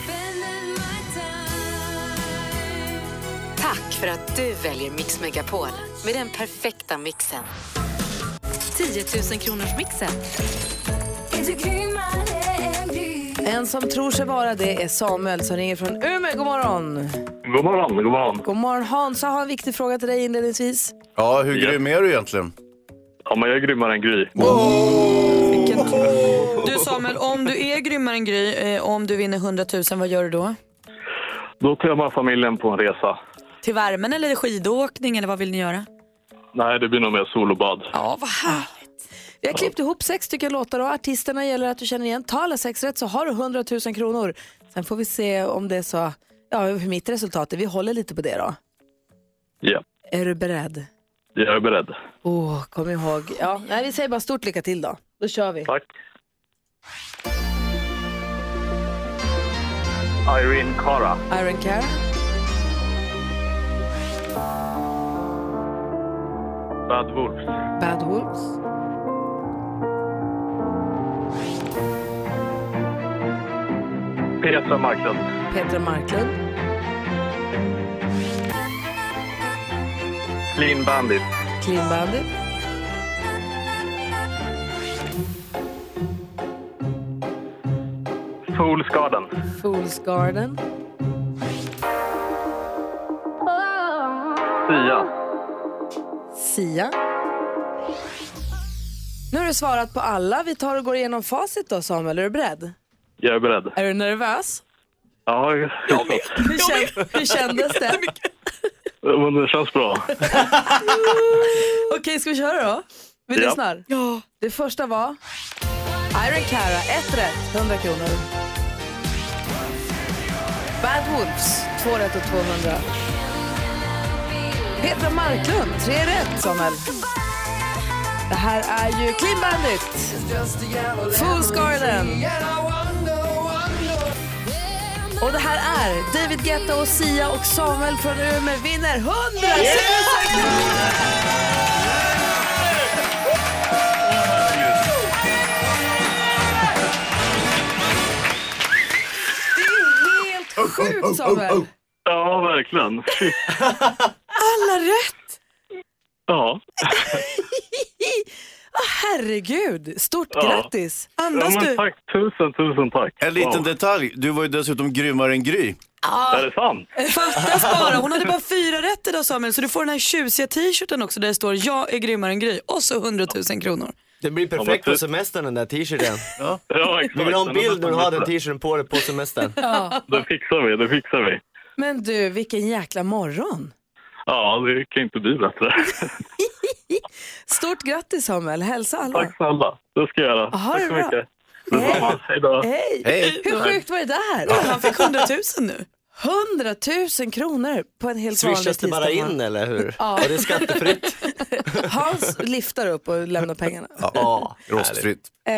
[SPEAKER 11] Tack för att du väljer Mix Megapol med den perfekta mixen. 10 000 kronors mixen.
[SPEAKER 2] En som tror sig vara det är Samuel som ringer från Umeå. God morgon!
[SPEAKER 14] God morgon, god morgon.
[SPEAKER 2] God morgon Hans, jag har en viktig fråga till dig inledningsvis.
[SPEAKER 3] Ja, hur grym är du egentligen?
[SPEAKER 14] Ja, men jag är grymmare än Gry.
[SPEAKER 8] Du Samuel, om du är grymmare än Gry eh, och om du vinner 100 000, vad gör du då?
[SPEAKER 14] Då tar jag med familjen på en resa.
[SPEAKER 8] Till värmen eller skidåkning eller vad vill ni göra?
[SPEAKER 14] Nej, det blir nog mer sol och bad.
[SPEAKER 8] Ja, vad härligt.
[SPEAKER 2] Vi har klippt ihop sex stycken låtar och artisterna gäller att du känner igen. Ta alla sex rätt så har du 100 000 kronor. Sen får vi se om det är så, ja hur mitt resultat är. Vi håller lite på det då.
[SPEAKER 14] Ja,
[SPEAKER 2] Är du beredd?
[SPEAKER 14] jag är beredd.
[SPEAKER 2] Åh, kom ihåg. Ja, nej, vi säger bara stort lycka till då. Då kör vi.
[SPEAKER 14] Tack. Irene Cara.
[SPEAKER 2] Iron Care,
[SPEAKER 14] Bad Wolves.
[SPEAKER 2] Bad Wolves,
[SPEAKER 14] Petra Marklund.
[SPEAKER 2] Petra Marklund,
[SPEAKER 14] Clean Bandit.
[SPEAKER 2] Clean Bandit,
[SPEAKER 14] Fool's Garden.
[SPEAKER 2] Fools Garden,
[SPEAKER 14] Sia.
[SPEAKER 2] Sia. Nu har du svarat på alla. Vi tar och går igenom facit då Samuel, är du beredd?
[SPEAKER 14] Jag är beredd.
[SPEAKER 2] Är du nervös?
[SPEAKER 14] Ja, jag jag vet.
[SPEAKER 2] Hur, kän- hur kändes det?
[SPEAKER 14] Men det känns bra.
[SPEAKER 2] Okej, ska vi köra då? Vi
[SPEAKER 14] Ja.
[SPEAKER 2] lyssnar. Ja. Det första var Iron Cara, ett rätt, 100 kronor. Bad Wolves, två rätt och 200. Petra Marklund, tre rätt, Samuel. Det här är ju Clean Bandit, Fool's Garden. Och det här är David Guetta och Sia och Samuel från Umeå vinner 100 000 Det är helt sjukt, Samuel.
[SPEAKER 14] Ja, verkligen. Shit.
[SPEAKER 2] Alla rätt!
[SPEAKER 14] Ja.
[SPEAKER 2] Åh, herregud, stort
[SPEAKER 14] Ja.
[SPEAKER 2] grattis!
[SPEAKER 14] ja, men Tack, tusen, tusen tack.
[SPEAKER 3] En liten
[SPEAKER 14] Wow.
[SPEAKER 3] detalj, du var ju dessutom grymmare än Gry.
[SPEAKER 14] Är det sant?
[SPEAKER 8] Fattas Alltså, bara, hon hade bara fyra rätt idag Samuel, så du får den här tjusiga t-shirten också där det står jag är grymmare än Gry och så 100 000 kronor.
[SPEAKER 15] Det blir perfekt på semestern den där t-shirten. Ja.
[SPEAKER 14] exakt.
[SPEAKER 15] Vi vill ha en
[SPEAKER 14] Den är
[SPEAKER 15] bild när du har
[SPEAKER 14] nästan
[SPEAKER 15] den
[SPEAKER 14] bättre.
[SPEAKER 15] t-shirten på dig på semestern.
[SPEAKER 14] Det fixar vi, det fixar vi.
[SPEAKER 2] Men du, vilken jäkla morgon!
[SPEAKER 14] Ja, det kan inte bli bättre.
[SPEAKER 2] Stort grattis Samuel, hälsa alla.
[SPEAKER 14] Tack snälla. Det ska jag göra.
[SPEAKER 2] Aha,
[SPEAKER 14] Tack
[SPEAKER 2] det är
[SPEAKER 14] så
[SPEAKER 2] bra.
[SPEAKER 14] mycket. Detsamma. Hej då.
[SPEAKER 2] Hej. Hur sjukt var det där?
[SPEAKER 8] han fick 100 000 nu.
[SPEAKER 2] 100 000 kronor på en helt vanlig
[SPEAKER 15] Swishas det
[SPEAKER 2] tisdag.
[SPEAKER 15] bara in eller hur?
[SPEAKER 2] Ja.
[SPEAKER 15] Och det är skattefritt.
[SPEAKER 2] Hans liftar upp och lämnar pengarna.
[SPEAKER 15] Ja,
[SPEAKER 3] rostfritt.
[SPEAKER 2] Eh,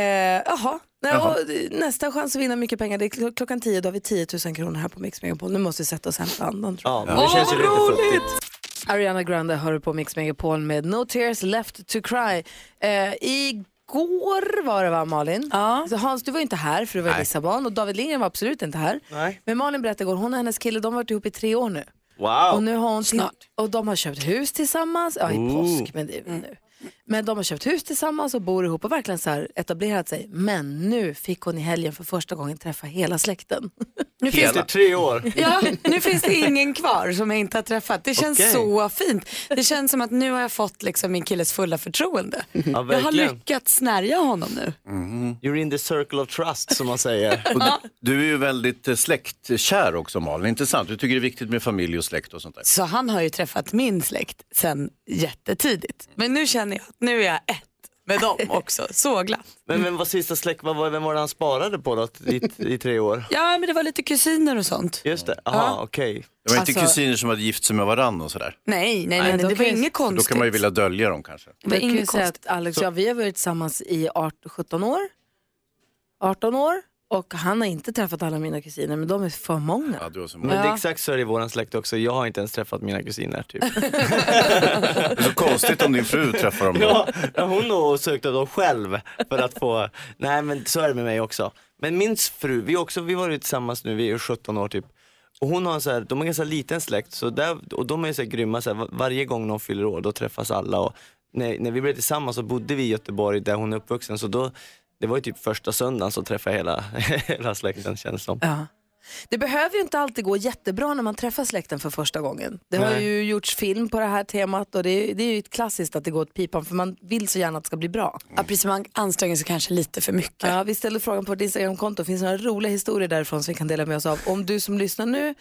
[SPEAKER 2] jaha. Nej,
[SPEAKER 3] Jaha.
[SPEAKER 2] och nästa chans att vinna mycket pengar det är kl- klockan 10. Då har vi 10 000 kronor här på Mix Megapol. Nu måste vi sätta oss och hämta andan. Tror jag.
[SPEAKER 15] Ja, det känns ju lite futtigt.
[SPEAKER 2] Ariana Grande hör du på Mix Megapol med No Tears Left To Cry. Eh, igår var det va Malin? Ja. Så Hans du var ju inte här för du var i Lissabon och David Lindgren var absolut inte här.
[SPEAKER 15] Nej.
[SPEAKER 2] Men Malin berättade igår, hon och hennes kille de har varit ihop i tre år nu.
[SPEAKER 15] Wow.
[SPEAKER 2] Och, nu har hon till- och de har köpt hus tillsammans, ja i
[SPEAKER 15] Ooh.
[SPEAKER 2] påsk men det är väl
[SPEAKER 8] Mm.
[SPEAKER 2] nu. Men de har köpt hus tillsammans och bor ihop och verkligen så här etablerat sig. Men nu fick hon i helgen för första gången träffa hela släkten.
[SPEAKER 8] Nu finns
[SPEAKER 15] Efter
[SPEAKER 8] det,
[SPEAKER 15] tre år.
[SPEAKER 8] ja, nu finns det ingen kvar som jag inte har träffat. Det känns
[SPEAKER 15] Okej.
[SPEAKER 8] så fint. Det känns som att nu har jag fått liksom min killes fulla förtroende. jag har
[SPEAKER 15] verkligen.
[SPEAKER 8] lyckats snärja honom nu.
[SPEAKER 15] Mm-hmm. You're in the circle of trust som man säger.
[SPEAKER 3] Och du, du är ju väldigt eh, släktkär också Malin, inte sant? Du tycker det är viktigt med familj och släkt och sånt där.
[SPEAKER 8] Så han har ju träffat min släkt sen jättetidigt. Men nu känner jag att nu är jag ett med dem också. Så glatt.
[SPEAKER 15] Men vem var sista släkt, vad var- vem var det han sparade på då i, i tre år?
[SPEAKER 8] Ja, men det var lite kusiner och sånt.
[SPEAKER 15] Just det, aha okej.
[SPEAKER 3] Det var inte
[SPEAKER 8] Alltså-
[SPEAKER 3] kusiner som hade gift sig med varann och sådär.
[SPEAKER 8] Nej, nej,
[SPEAKER 2] Nej,
[SPEAKER 8] nej,
[SPEAKER 2] då
[SPEAKER 8] det
[SPEAKER 2] kan
[SPEAKER 8] var
[SPEAKER 2] jag-
[SPEAKER 8] inget
[SPEAKER 2] Då
[SPEAKER 3] Då
[SPEAKER 8] konstigt.
[SPEAKER 3] kan man ju vilja dölja dem kanske.
[SPEAKER 2] Det kan ju
[SPEAKER 8] inget
[SPEAKER 2] säga att
[SPEAKER 8] konstigt.
[SPEAKER 2] Alex och jag, vi har varit tillsammans i 18, 17 år, 18 år och han har inte träffat alla mina kusiner men de är för många.
[SPEAKER 3] Ja, du har så
[SPEAKER 15] Men det är
[SPEAKER 2] Ja.
[SPEAKER 15] exakt så är det i våran släkt också, jag har inte ens träffat mina kusiner typ.
[SPEAKER 3] Det är så konstigt om din fru träffar dem.
[SPEAKER 15] Ja, hon har sökt dem själv för att få, nej men så är det med mig också. Men min fru, vi, har också, vi var ju tillsammans nu, vi är 17 år typ. Och hon har en så här, de har en ganska liten släkt, så där, och de är så här grymma, så här, var- varje gång någon fyller år då träffas alla. Och när, när vi blev tillsammans så bodde vi i Göteborg där hon är uppvuxen. Så då, det var ju typ första söndagen så träffade jag hela, hela släkten känns det som.
[SPEAKER 2] Ja. Det behöver ju inte alltid gå jättebra när man träffar släkten för första gången. Det har
[SPEAKER 15] Nej.
[SPEAKER 2] ju gjorts film på det här temat och det är, det är ju ett klassiskt att det går åt pipan för man vill så gärna att det ska bli bra.
[SPEAKER 8] Ja, precis, man anstränger sig kanske lite för mycket.
[SPEAKER 2] Ja, vi ställde frågan på vårt Instagramkonto, finns det några roliga historier därifrån som vi kan dela med oss av? Om du som lyssnar nu,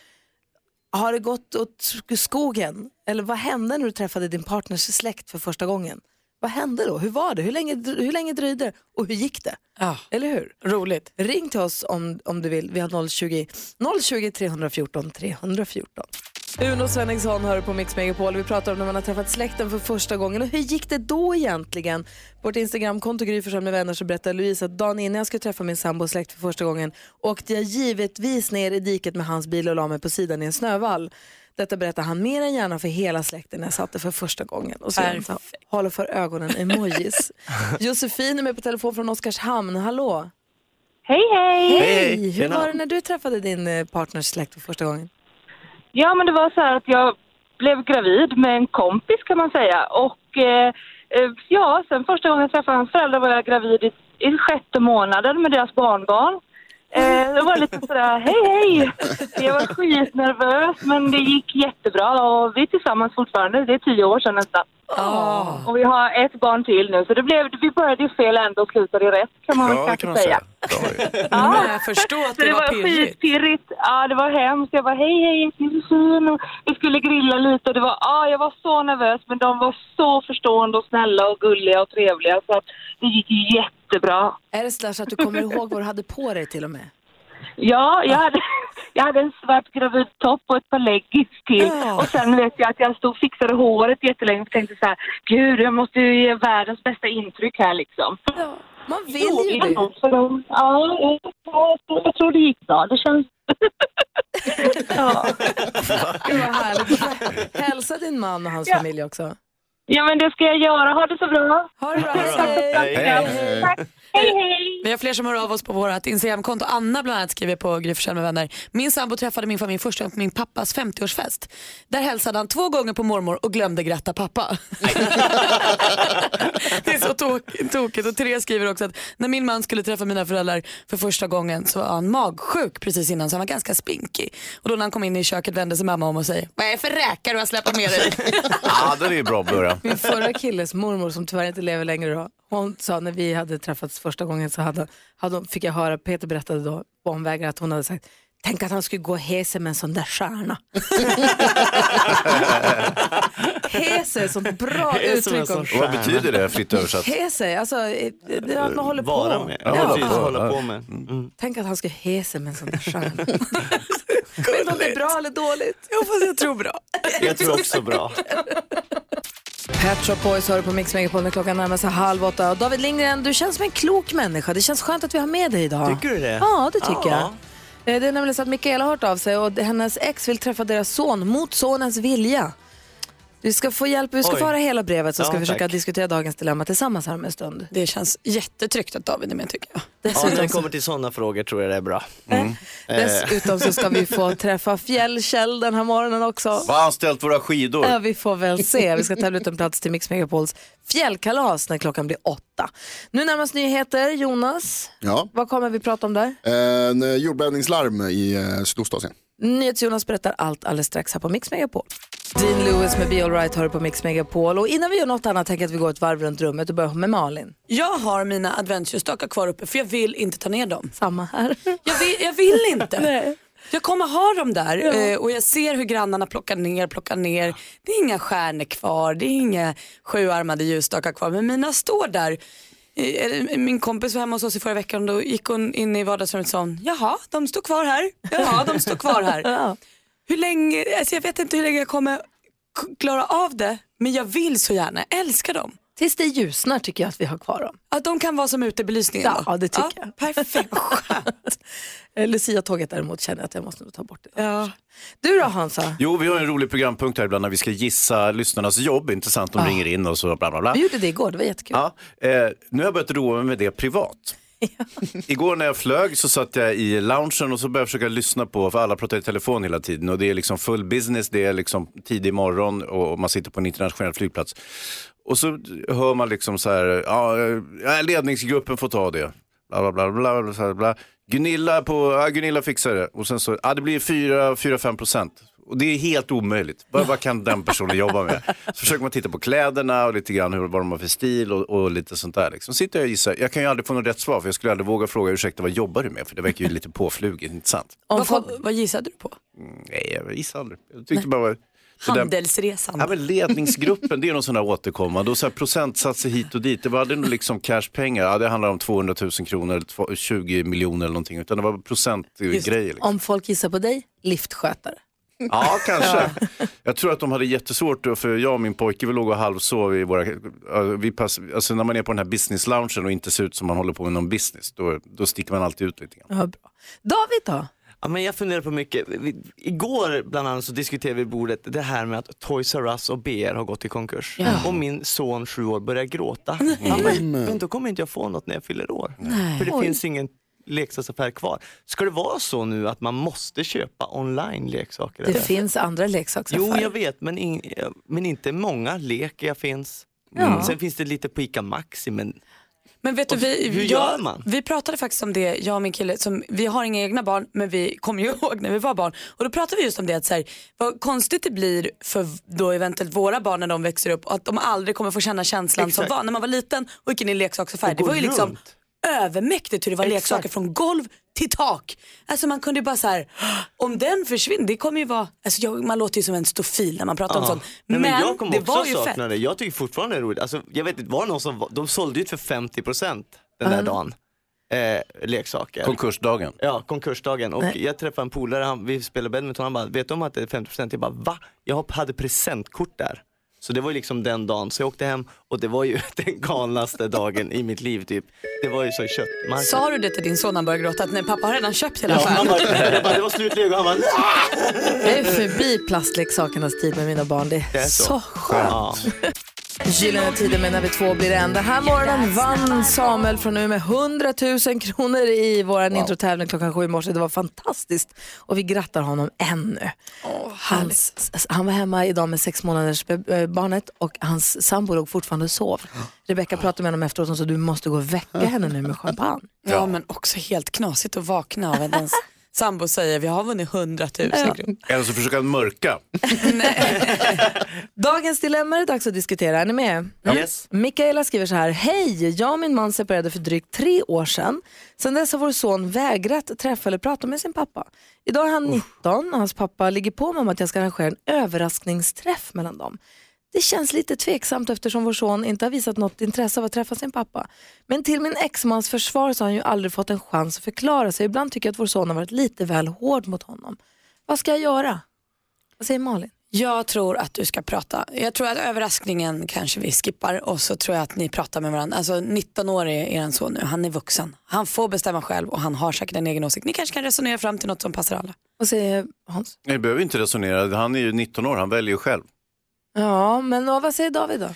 [SPEAKER 2] har det gått åt sk- skogen? Eller vad hände när du träffade din partners släkt för första gången? Vad hände då? Hur var det? Hur länge, dr- hur länge dröjde det? Och hur gick det? Eller hur?
[SPEAKER 8] Roligt.
[SPEAKER 2] Ring till oss om, om du vill. Vi har 020 020 314 314. Uno Svenningsson hör på Mix Megapol. Vi pratar om när man har träffat släkten för första gången. Och hur gick det då egentligen? På vårt Instagramkonto Gry Forssell med vänner så berättar Louise att dagen innan jag skulle träffa min sambo och släkt för första gången åkte jag givetvis ner i diket med hans bil och la mig på sidan i en snövall. Detta berättar han mer än gärna för hela släkten när jag satt där för första gången. Och så gör han så här, håller för ögonen-emojis. Josefin är med på telefon från Oskarshamn. Hallå!
[SPEAKER 16] Hej, hej!
[SPEAKER 2] Hej!
[SPEAKER 16] Hej,
[SPEAKER 2] Hur
[SPEAKER 16] tjena.
[SPEAKER 2] var det när du träffade din eh, partners släkt för första gången?
[SPEAKER 16] Ja, men det var så här att jag blev gravid med en kompis kan man säga. Och eh, eh, ja, sen första gången jag träffade hans föräldrar var jag gravid i, i sjätte månaden med deras barnbarn. Eh, det var lite sådär, hej hej! Jag var skitnervös men det gick jättebra och vi är tillsammans fortfarande, det är tio år sedan nästan. Och vi har ett barn till nu så det blev, vi började i fel ände och slutade i rätt kan man väl
[SPEAKER 17] Ja, det
[SPEAKER 16] kanske
[SPEAKER 17] kan man
[SPEAKER 16] säga.
[SPEAKER 17] säga.
[SPEAKER 16] Ja.
[SPEAKER 17] Men jag förstår att
[SPEAKER 16] Så
[SPEAKER 17] det
[SPEAKER 16] det
[SPEAKER 17] var
[SPEAKER 16] var
[SPEAKER 17] pirrigt.
[SPEAKER 16] skitpirrigt. Ja, det var hemskt. Jag bara, hej, hej, är du fin? Och Vi skulle grilla lite och det var, ja, jag var så nervös men de var så förstående och snälla och gulliga och trevliga så att det gick jättebra.
[SPEAKER 2] Är det slash att du kommer ihåg vad du hade på dig till och med?
[SPEAKER 16] Ja, jag hade, jag hade en svart gravid topp och ett par leggings till. Och sen vet jag att jag stod och fixade håret jättelänge och tänkte så här, gud, jag måste ju ge världens bästa intryck här liksom.
[SPEAKER 2] Man vill
[SPEAKER 16] ju det. Ja, jag- jag- jag tror det gick bra. Det känns
[SPEAKER 2] Gud vad härligt. Hälsa din man och hans
[SPEAKER 16] Ja.
[SPEAKER 2] familj också.
[SPEAKER 16] Ja, men det ska jag göra. Ha det så bra.
[SPEAKER 2] Ha det bra.
[SPEAKER 8] Hej.
[SPEAKER 16] Hej. Tack. Hej, hej.
[SPEAKER 8] Vi har fler som hör av oss på vårt Instagramkonto. Anna bland annat skriver på Gry Forssell med vänner. Min sambo träffade min familj första gången på min pappas 50-årsfest. Där hälsade han två gånger på mormor och glömde gratta pappa. det är så tok- tokigt. Och Therese skriver också att när min man skulle träffa mina föräldrar för första gången så var han magsjuk precis innan så han var ganska spinkig. Och då när han kom in i köket vände sig mamma om och säger Vad är det för räkor du har släpat med dig?
[SPEAKER 3] Ja, det är ju bra att börja.
[SPEAKER 2] Min förra killes mormor som tyvärr inte lever längre då, hon sa när vi hade träffats första gången så hade, hade hon, fick jag höra, Peter berättade då på omvägar att hon hade sagt Tänk att han skulle gå och hese med en sån där stjärna. hese är ett sånt bra uttryck. om-
[SPEAKER 3] Vad betyder det fritt översatt?
[SPEAKER 2] Hese, alltså eh, det är att man håller
[SPEAKER 15] Vara
[SPEAKER 2] på.
[SPEAKER 15] med.
[SPEAKER 2] Ja.
[SPEAKER 15] Ja, precis, hålla på med.
[SPEAKER 2] Tänk att han skulle hese med en sån där stjärna. Vet om det är bra eller dåligt? Jo, fast jag tror bra.
[SPEAKER 15] Jag tror också bra.
[SPEAKER 2] Pet Shop Boys hör du på Mix Megapol när klockan närmar sig halv åtta. Och David Lindgren, du känns som en klok människa. Det känns skönt att vi har med dig idag.
[SPEAKER 15] Tycker du det?
[SPEAKER 2] Ja, det tycker
[SPEAKER 15] Ja.
[SPEAKER 2] jag. Eh, Det är nämligen så att Mikaela har hört av sig och hennes ex vill träffa deras son mot sonens vilja. Du ska få hjälp, vi ska
[SPEAKER 8] Oj.
[SPEAKER 2] få höra hela brevet så
[SPEAKER 8] Ja,
[SPEAKER 2] ska vi försöka
[SPEAKER 8] tack.
[SPEAKER 2] diskutera dagens dilemma tillsammans här om en stund.
[SPEAKER 8] Det känns jättetryggt att David är med tycker jag.
[SPEAKER 15] Ja, när det kommer till sådana frågor tror jag det är bra. Eh,
[SPEAKER 2] Dessutom så ska vi få träffa Fjällkäll den här morgonen också.
[SPEAKER 15] Eh,
[SPEAKER 3] Vad har han ställt våra skidor?
[SPEAKER 2] Ja, vi får väl se. Vi ska tävla ut en plats till Mix Megapols fjällkalas när klockan blir åtta. Nu närmast nyheter. Jonas,
[SPEAKER 10] Ja.
[SPEAKER 2] vad kommer vi prata om där?
[SPEAKER 10] En eh, jordbävningslarm i eh, Sydostasien.
[SPEAKER 2] NyhetsJonas berättar allt alldeles strax här på Mix Megapol. Dean Lewis med Be Alright hör du på Mix Megapol. Och innan vi gör något annat tänker jag att vi går ett varv runt rummet och börjar med Malin.
[SPEAKER 8] Jag har mina adventsljusstakar kvar uppe för jag vill inte ta ner dem.
[SPEAKER 2] Samma här.
[SPEAKER 8] Jag vill, jag vill inte. jag kommer ha dem där eh, och jag ser hur grannarna plockar ner, plockar ner. Det är inga stjärnor kvar, det är inga sjuarmade ljusstakar kvar men mina står där. Eh, eller Min kompis var hemma hos oss i förra veckan och då gick hon in i vardagsrummet och sa hon, jaha de står kvar här, jaha de står kvar här. Hur länge, alltså jag vet inte hur länge jag kommer k- klara av det men jag vill så gärna, jag älskar dem.
[SPEAKER 2] Tills det ljusnar tycker jag att vi har kvar dem.
[SPEAKER 8] Att de kan vara som utebelysningen då?
[SPEAKER 2] Ja, det tycker
[SPEAKER 8] jag. Perfekt.
[SPEAKER 2] Eh, Lucia-tåget däremot känner jag att jag måste nog ta bort det. Du då Hansa?
[SPEAKER 3] Jo, vi har en rolig programpunkt här ibland när vi ska gissa lyssnarnas jobb. Intressant, de
[SPEAKER 2] Ah.
[SPEAKER 3] ringer in och så bla bla bla.
[SPEAKER 2] Vi gjorde det igår, det var jättekul.
[SPEAKER 3] Ja, eh, nu har jag börjat roa mig med det privat. Igår när jag flög så satt jag i loungen och så började jag försöka lyssna på, för alla pratar i telefon hela tiden och det är liksom full business, det är liksom tidig morgon och man sitter på en internationell flygplats. Och så hör man liksom så här, ja, eh, ledningsgruppen får ta det. Bla, bla, bla, bla, bla, bla, bla. Gunilla, på, ja, Gunilla fixar det. Och sen så, ja, det blir 4-5 procent. Och det är helt omöjligt. Vad, vad kan den personen jobba med? Så försöker man titta på kläderna och lite grann hur, vad de har för stil och, och lite sånt där. Liksom. Sitter jag och gissar. Jag kan ju aldrig få något rätt svar för jag skulle aldrig våga fråga ursäkta vad jobbar du med? För det verkar ju lite påfluget, inte sant? Mm,
[SPEAKER 8] Om folk, vad gissade du på?
[SPEAKER 3] Nej, jag gissar aldrig. Jag tyckte bara... det där-
[SPEAKER 8] Handelsresan.
[SPEAKER 3] Ja, men ledningsgruppen, det är någon sån här återkommande. Och så här procentsatser hit och dit. Det var aldrig någon liksom cashpengar. Ja, det handlar om 200 000 kronor eller två- 20 miljoner eller någonting. Utan det var
[SPEAKER 1] Just,
[SPEAKER 3] procentgrejer. Liksom.
[SPEAKER 1] Om folk gissar på dig, liftskötare.
[SPEAKER 3] Ja, kanske. Jag tror att de hade jättesvårt, för jag och min pojke vi låg och halvsov i våra... ja, Vi pass, alltså när man är på den här business loungen och inte ser ut som man håller på med någon business, då, då sticker man alltid ut lite grann.
[SPEAKER 1] Ja, bra. David då?
[SPEAKER 15] Ja, men jag funderar på mycket. Vi- Igår bland annat så diskuterade vi vid bordet det här med att Toys R Us och BR har gått i konkurs. Och min son sju år börjar gråta. Han bara, men då kommer inte jag få något när jag fyller år.
[SPEAKER 5] Nej.
[SPEAKER 15] För det
[SPEAKER 5] Oj.
[SPEAKER 15] finns ingen leksaksaffär kvar. Ska det vara så nu att man måste köpa online leksaker?
[SPEAKER 1] Det
[SPEAKER 15] eller?
[SPEAKER 1] finns andra leksaksaffärer.
[SPEAKER 15] Jo, jag vet, men, in, men inte många leker finns.
[SPEAKER 8] Ja.
[SPEAKER 15] Sen finns det lite på ICA Maxi, men
[SPEAKER 8] Men vet du,
[SPEAKER 15] Och
[SPEAKER 8] vi,
[SPEAKER 15] hur
[SPEAKER 8] jag,
[SPEAKER 15] gör man?
[SPEAKER 8] vi pratade faktiskt om det, jag och min kille, som, vi har inga egna barn men vi kommer ju ihåg när vi var barn. Och då pratade vi just om det att så här, vad konstigt det blir för då eventuellt våra barn när de växer upp och att de aldrig kommer få känna känslan
[SPEAKER 15] Exakt.
[SPEAKER 8] som var när man var liten och gick in i en leksaksaffär.
[SPEAKER 15] Och
[SPEAKER 8] Det
[SPEAKER 15] gå
[SPEAKER 8] var ju liksom
[SPEAKER 15] runt.
[SPEAKER 8] övermäktigt hur det var
[SPEAKER 15] Exakt.
[SPEAKER 8] leksaker från golv till tak. Alltså man kunde ju bara så här, om den försvinner, det kommer ju vara, alltså jag, man låter ju som en stofil när man pratar om
[SPEAKER 15] Ja.
[SPEAKER 8] sånt.
[SPEAKER 15] Nej,
[SPEAKER 8] Men,
[SPEAKER 15] men jag kommer
[SPEAKER 8] det
[SPEAKER 15] också
[SPEAKER 8] var ju fett.
[SPEAKER 15] sakna det. Jag tycker fortfarande det är roligt. Alltså, jag vet inte, var det någon som, var- de sålde ju för 50 procent den där
[SPEAKER 5] Ja.
[SPEAKER 15] dagen. Eh, leksaker.
[SPEAKER 3] Konkursdagen.
[SPEAKER 15] Ja, konkursdagen. Och
[SPEAKER 5] Nej.
[SPEAKER 15] jag träffade en polare, han, vi spelade badminton, han bara, vet du om att det är 50 procent? Jag bara, va? Jag har- hade presentkort där. Så det var ju liksom den dagen. Så jag åkte hem och det var ju den galnaste dagen i mitt liv typ. Det var ju så köttmarknad.
[SPEAKER 8] Sa du det till din son när han började gråta att nej, pappa har redan köpt hela
[SPEAKER 15] Ja, han
[SPEAKER 8] affären?
[SPEAKER 15] bara, jag bara, det var slut lego. Han bara,
[SPEAKER 1] Jag är förbi plastleksakernas tid med mina barn. Det är, så. skönt.
[SPEAKER 2] Gyllene tider med när vi två blir en. Den här morgonen vann Samuel från Umeå 100 000 kronor i vår introtävling klockan sju i morse. Det var fantastiskt och vi grattar honom ännu. hans, han var hemma idag med sex månaders be- eh, barnet och hans sambo låg fortfarande och sov. Rebecka pratade med honom efteråt och sa du måste gå och väcka henne nu med champagne.
[SPEAKER 8] Ja, men också helt knasigt att vakna av att ens sambo säger vi har vunnit 100 000 kronor.
[SPEAKER 3] Eller så försöker han mörka.
[SPEAKER 2] Dagens dilemma är det dags att diskutera. Är ni med?
[SPEAKER 15] Yes.
[SPEAKER 2] Mikaela skriver så här. Hej! Jag och min man separerade för drygt tre år sedan. Sedan dess har vår son vägrat träffa eller prata med sin pappa. Idag är han 19 och hans pappa ligger på mig om att jag ska arrangera en överraskningsträff mellan dem. Det känns lite tveksamt eftersom vår son inte har visat något intresse av att träffa sin pappa. Men till min exmans försvar så har han ju aldrig fått en chans att förklara sig. Ibland tycker jag att vår son har varit lite väl hård mot honom. Vad ska jag göra? Vad säger Malin?
[SPEAKER 8] Jag tror att du ska prata. Jag tror att överraskningen kanske vi skippar och så tror jag att ni pratar med varandra. Alltså 19 år är er son nu, han är vuxen. Han får bestämma själv och han har säkert en egen åsikt. Ni kanske kan resonera fram till något som passar alla.
[SPEAKER 2] Vad säger Hans?
[SPEAKER 3] Nej, behöver inte resonera. Han är ju 19 år, han väljer ju själv.
[SPEAKER 2] Ja, men vad säger David då?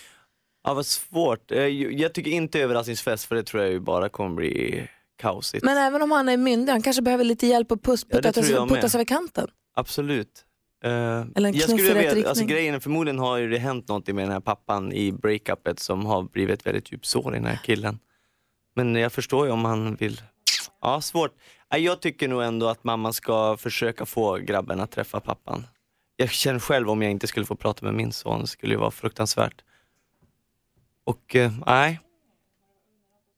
[SPEAKER 15] Ja vad svårt. Eh, ju- Jag tycker inte överraskningsfest för det tror jag ju bara kommer bli kaosigt.
[SPEAKER 2] Men även om han är myndig, han kanske behöver lite hjälp att puss,
[SPEAKER 15] Ja, det
[SPEAKER 2] puttas,
[SPEAKER 15] tror jag med.
[SPEAKER 2] puttas över kanten.
[SPEAKER 15] Absolut. Eh,
[SPEAKER 2] en knuff
[SPEAKER 15] jag skulle
[SPEAKER 2] i rätt
[SPEAKER 15] vilja- alltså,
[SPEAKER 2] riktning.
[SPEAKER 15] grejen är förmodligen har ju det hänt någonting med den här pappan i breakupet som har blivit ett väldigt djupt sår i den här killen. Men jag förstår ju om han vill. Ja, svårt. Nej, Jag tycker nog ändå att mamman ska försöka få grabben att träffa pappan. Jag känner själv om jag inte skulle få prata med min son, det skulle ju vara fruktansvärt. Och eh, nej.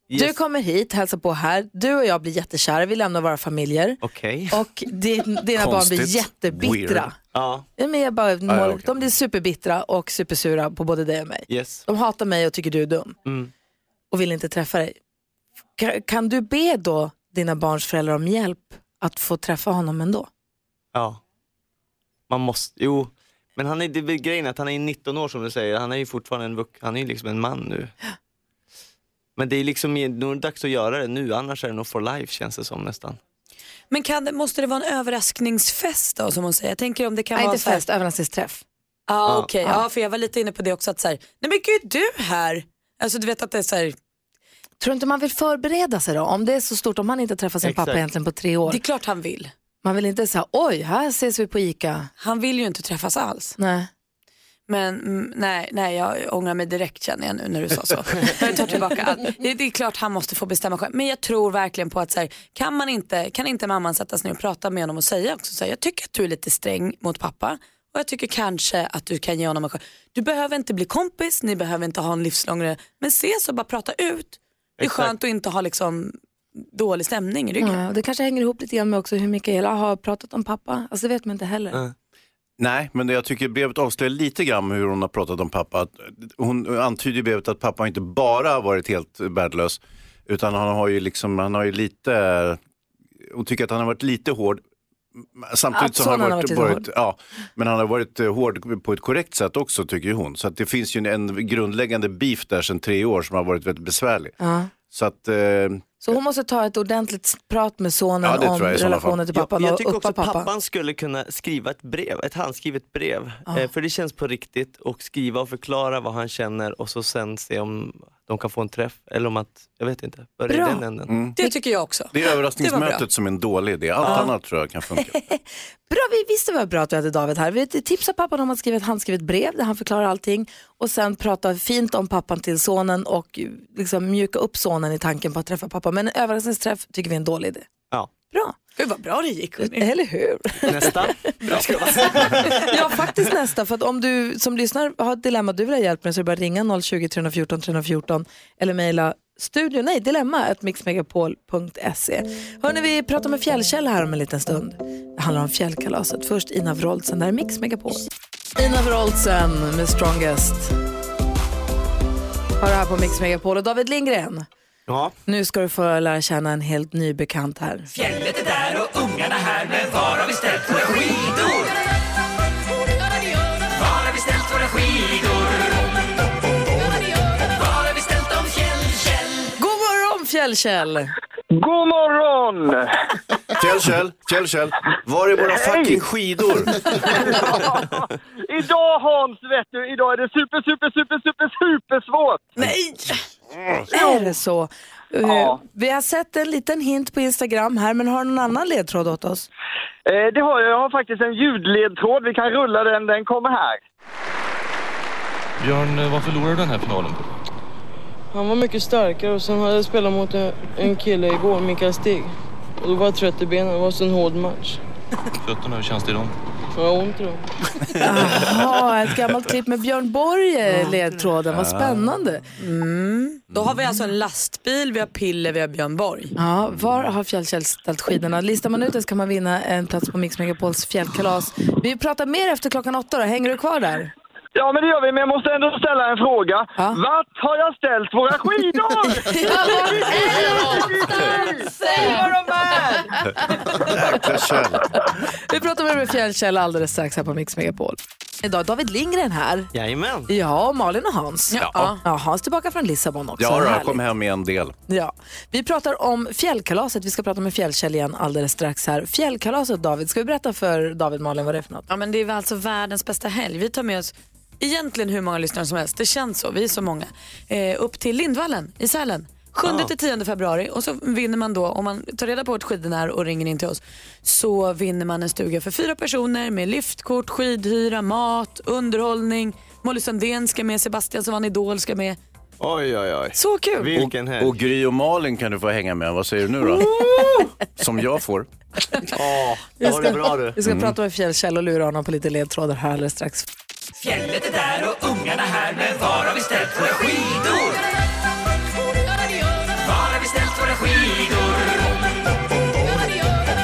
[SPEAKER 2] Du kommer hit, hälsar på här, du och jag blir jättekära, vi lämnar våra familjer.
[SPEAKER 15] Okej.
[SPEAKER 2] Och din, dina barn blir
[SPEAKER 15] Konstigt.
[SPEAKER 2] jättebittra.
[SPEAKER 15] Ja.
[SPEAKER 2] Ja, men Jag bara,
[SPEAKER 15] ja,
[SPEAKER 2] mål,
[SPEAKER 15] okej.
[SPEAKER 2] De blir superbittra och supersura på både dig och mig.
[SPEAKER 15] Yes.
[SPEAKER 2] De hatar mig och tycker du är dum
[SPEAKER 15] Mm.
[SPEAKER 2] och vill inte träffa dig. Ka- Kan du be då dina barns föräldrar om hjälp att få träffa honom ändå?
[SPEAKER 15] Ja. Man måste, jo. Men han är, det är väl grejen att han är 19 år som du säger, han är ju fortfarande en vux, han är ju liksom en man nu. Men det är liksom i- nog dags att göra det nu, annars är det nog for life känns det som nästan.
[SPEAKER 8] Men kan, det- måste det vara en överraskningsfest då som hon säger? Jag tänker om det kan
[SPEAKER 2] Nej,
[SPEAKER 8] vara
[SPEAKER 2] inte
[SPEAKER 8] så här-
[SPEAKER 2] fest, överraskningsträff.
[SPEAKER 8] Ja ah,
[SPEAKER 2] Ja.
[SPEAKER 8] okej,
[SPEAKER 2] Ja.
[SPEAKER 8] ja. för jag var lite inne på det också att så här, nej men gud du här. Alltså du vet att det är så här,
[SPEAKER 2] Tror du inte man vill förbereda sig då? Om det är så stort, om han inte träffar sin pappa
[SPEAKER 8] Exakt.
[SPEAKER 2] egentligen på tre år.
[SPEAKER 8] Det är klart han vill.
[SPEAKER 2] Man vill inte säga, oj, här ses vi på ICA.
[SPEAKER 8] Han vill ju inte träffas alls.
[SPEAKER 2] Nej.
[SPEAKER 8] Men mm, nej, nej, jag ångrar mig direkt känner jag nu när du sa så. Jag tar tillbaka allt. Det, det är klart han måste få bestämma själv. Men jag tror verkligen på att så här, kan, man inte, kan inte mamman sätta sig ner och prata med honom och säga också så här, jag tycker att du är lite sträng mot pappa och jag tycker kanske att du kan ge honom en chans. Du behöver inte bli kompis, ni behöver inte ha en livslång re- men ses och bara prata ut. Det är
[SPEAKER 2] Exakt.
[SPEAKER 8] skönt att inte ha liksom dålig stämning i ryggen.
[SPEAKER 2] Ja, och det kanske hänger ihop lite grann med också hur Mikaela har pratat om pappa. Alltså det vet man inte heller.
[SPEAKER 3] Nej, men jag tycker brevet avslöjar lite grann hur hon har pratat om pappa. Att Hon antyder i brevet att pappa inte bara har varit helt värdelös, utan han har ju liksom, han har ju lite, hon tycker att han har varit lite hård. Samtidigt
[SPEAKER 2] Att
[SPEAKER 3] så har han
[SPEAKER 2] sonen har
[SPEAKER 3] varit,
[SPEAKER 2] varit lite
[SPEAKER 3] varit ja, men han har varit eh, hård på ett korrekt sätt också tycker ju hon. Så att det finns ju en, en grundläggande beef där sedan tre år som har varit väldigt besvärlig.
[SPEAKER 2] Ja.
[SPEAKER 3] Så att, eh,
[SPEAKER 2] Så hon måste ta ett ordentligt prat med sonen
[SPEAKER 3] Ja, det
[SPEAKER 2] om
[SPEAKER 3] tror jag i sådana
[SPEAKER 2] relationen
[SPEAKER 3] fall.
[SPEAKER 2] till pappan
[SPEAKER 15] jag,
[SPEAKER 2] och
[SPEAKER 15] jag tycker
[SPEAKER 2] uppa
[SPEAKER 15] också att
[SPEAKER 2] pappan.
[SPEAKER 15] pappan skulle kunna skriva ett brev, ett handskrivet brev.
[SPEAKER 2] Ja.
[SPEAKER 15] Eh, för det känns på riktigt och skriva och förklara vad han känner och så sen se om de kan få en träff eller om att, jag vet inte, börja
[SPEAKER 8] Bra.
[SPEAKER 15] i den änden.
[SPEAKER 3] Mm.
[SPEAKER 8] Det tycker jag också.
[SPEAKER 3] det
[SPEAKER 8] Det
[SPEAKER 3] är
[SPEAKER 8] var bra.
[SPEAKER 3] överraskningsmötet som är en dålig idé, allt
[SPEAKER 8] Ja.
[SPEAKER 3] annat tror jag kan funka.
[SPEAKER 2] Bra, vi visste det var bra att vi hade David här. Vi tipsar pappan om att skriva ett handskrivet brev där han förklarar allting och sen prata fint om pappan till sonen och liksom mjuka upp sonen i tanken på att träffa pappa. Men en överraskningsträff tycker vi är en dålig idé.
[SPEAKER 15] Ja.
[SPEAKER 2] Bra.
[SPEAKER 8] Gud vad bra det gick. hörni.
[SPEAKER 2] Eller hur?
[SPEAKER 15] Nästa.
[SPEAKER 2] Ja, faktiskt nästa. För att om du som lyssnar har ett dilemma du vill ha hjälp med så är det bara att ringa 020 314 314 eller mejla studion, nej dilemma, at mixmegapol.se. Hörni, vi pratar med Fjällkäll här om en liten stund. Det handlar om fjällkalaset. Först Ina Wroldsen, där är Mix Megapol. Ina Wroldsen med Strongest. Har det här på Mix Megapol och David Lindgren.
[SPEAKER 15] Ja.
[SPEAKER 2] Nu ska du få lära känna en helt ny bekant här.
[SPEAKER 18] Fjället är där och ungarna här, men var har vi ställt våra skidor? Var har vi ställt våra skidor? Var har vi ställt dem, Fjäll, Kjell?
[SPEAKER 2] God morgon Fjällkäll!
[SPEAKER 19] God morgon!
[SPEAKER 3] Kjell, Kjell, Kjell, Kjell. Var är våra fucking skidor?
[SPEAKER 19] Idag Hans, vet du, idag är det super, super, super, super, super svårt.
[SPEAKER 2] Nej!
[SPEAKER 3] Mm.
[SPEAKER 19] Alltså.
[SPEAKER 2] Är det så? Eh, Vi har sett en liten hint på Instagram här, men har du någon annan ledtråd åt oss?
[SPEAKER 19] Eh, det har jag. Jag har faktiskt en ljudledtråd. Vi kan rulla den. Den kommer här.
[SPEAKER 5] Björn, vad förlorade du den här finalen på?
[SPEAKER 20] Han var mycket starkare och sen hade jag spelat mot en, en kille igår, Mikael Stig. Och då var jag trött i benen. Det var så en hård match.
[SPEAKER 5] Fötterna, hur känns det i dem?
[SPEAKER 20] Jag har ont i dem.
[SPEAKER 2] Jaha, ett gammalt klipp med Björn Borg är ledtråden. Vad
[SPEAKER 8] Ja.
[SPEAKER 2] spännande. Mm.
[SPEAKER 8] Då har vi alltså en lastbil, vi har Piller, vi har Björn Borg.
[SPEAKER 2] Ja, var har Fjällkäll ställt skidorna? Listar man ut det så kan man vinna en plats på Mix Megapols fjällkalas. Vi pratar mer efter klockan åtta då. Hänger du kvar där?
[SPEAKER 19] Ja, men det gör vi. Men jag måste ändå ställa en fråga. Vart har jag ställt våra skidor?
[SPEAKER 2] Säg var de är!
[SPEAKER 3] Jäkla Kjell.
[SPEAKER 2] Vi pratar mer med Fjällkäll alldeles strax här på Mix Megapol. Idag är David Lindgren här.
[SPEAKER 15] Jajamän.
[SPEAKER 2] Ja, och Malin och Hans.
[SPEAKER 3] Ja.
[SPEAKER 2] ja Hans tillbaka från Lissabon också.
[SPEAKER 3] Ja, då, jag
[SPEAKER 2] Härligt.
[SPEAKER 3] kom hem med en del.
[SPEAKER 2] Ja. Vi pratar om fjällkalaset. Vi ska prata med Fjällkäll igen alldeles strax här. Fjällkalaset David, ska vi berätta för David Malin vad det är för något?
[SPEAKER 8] Ja, men det är väl alltså världens bästa helg. Vi tar med oss egentligen hur många lyssnare som helst, det känns så, vi är så många. Eh, upp till Lindvallen i Sälen. 7
[SPEAKER 21] Ja.
[SPEAKER 8] till 10 februari och så vinner man då, om man tar reda på vart skidorna är och ringer in till oss, så vinner man en stuga för fyra personer med liftkort, skidhyra, mat, underhållning. Molly Sundén ska med, Sebastian som vann Idol ska med.
[SPEAKER 15] Oj, oj, oj.
[SPEAKER 8] Så kul.
[SPEAKER 15] Vilken
[SPEAKER 3] och,
[SPEAKER 15] helg.
[SPEAKER 3] och Gry och Malin kan du få hänga med. Vad säger du nu då? Som jag får.
[SPEAKER 15] Ja,
[SPEAKER 2] Vi ska, vi ska prata med Fjällkäll och lura honom på lite ledtrådar här alldeles strax.
[SPEAKER 18] Fjället är där och ungarna här, men var har vi ställt våra skidor? Var har vi ställt våra skidor?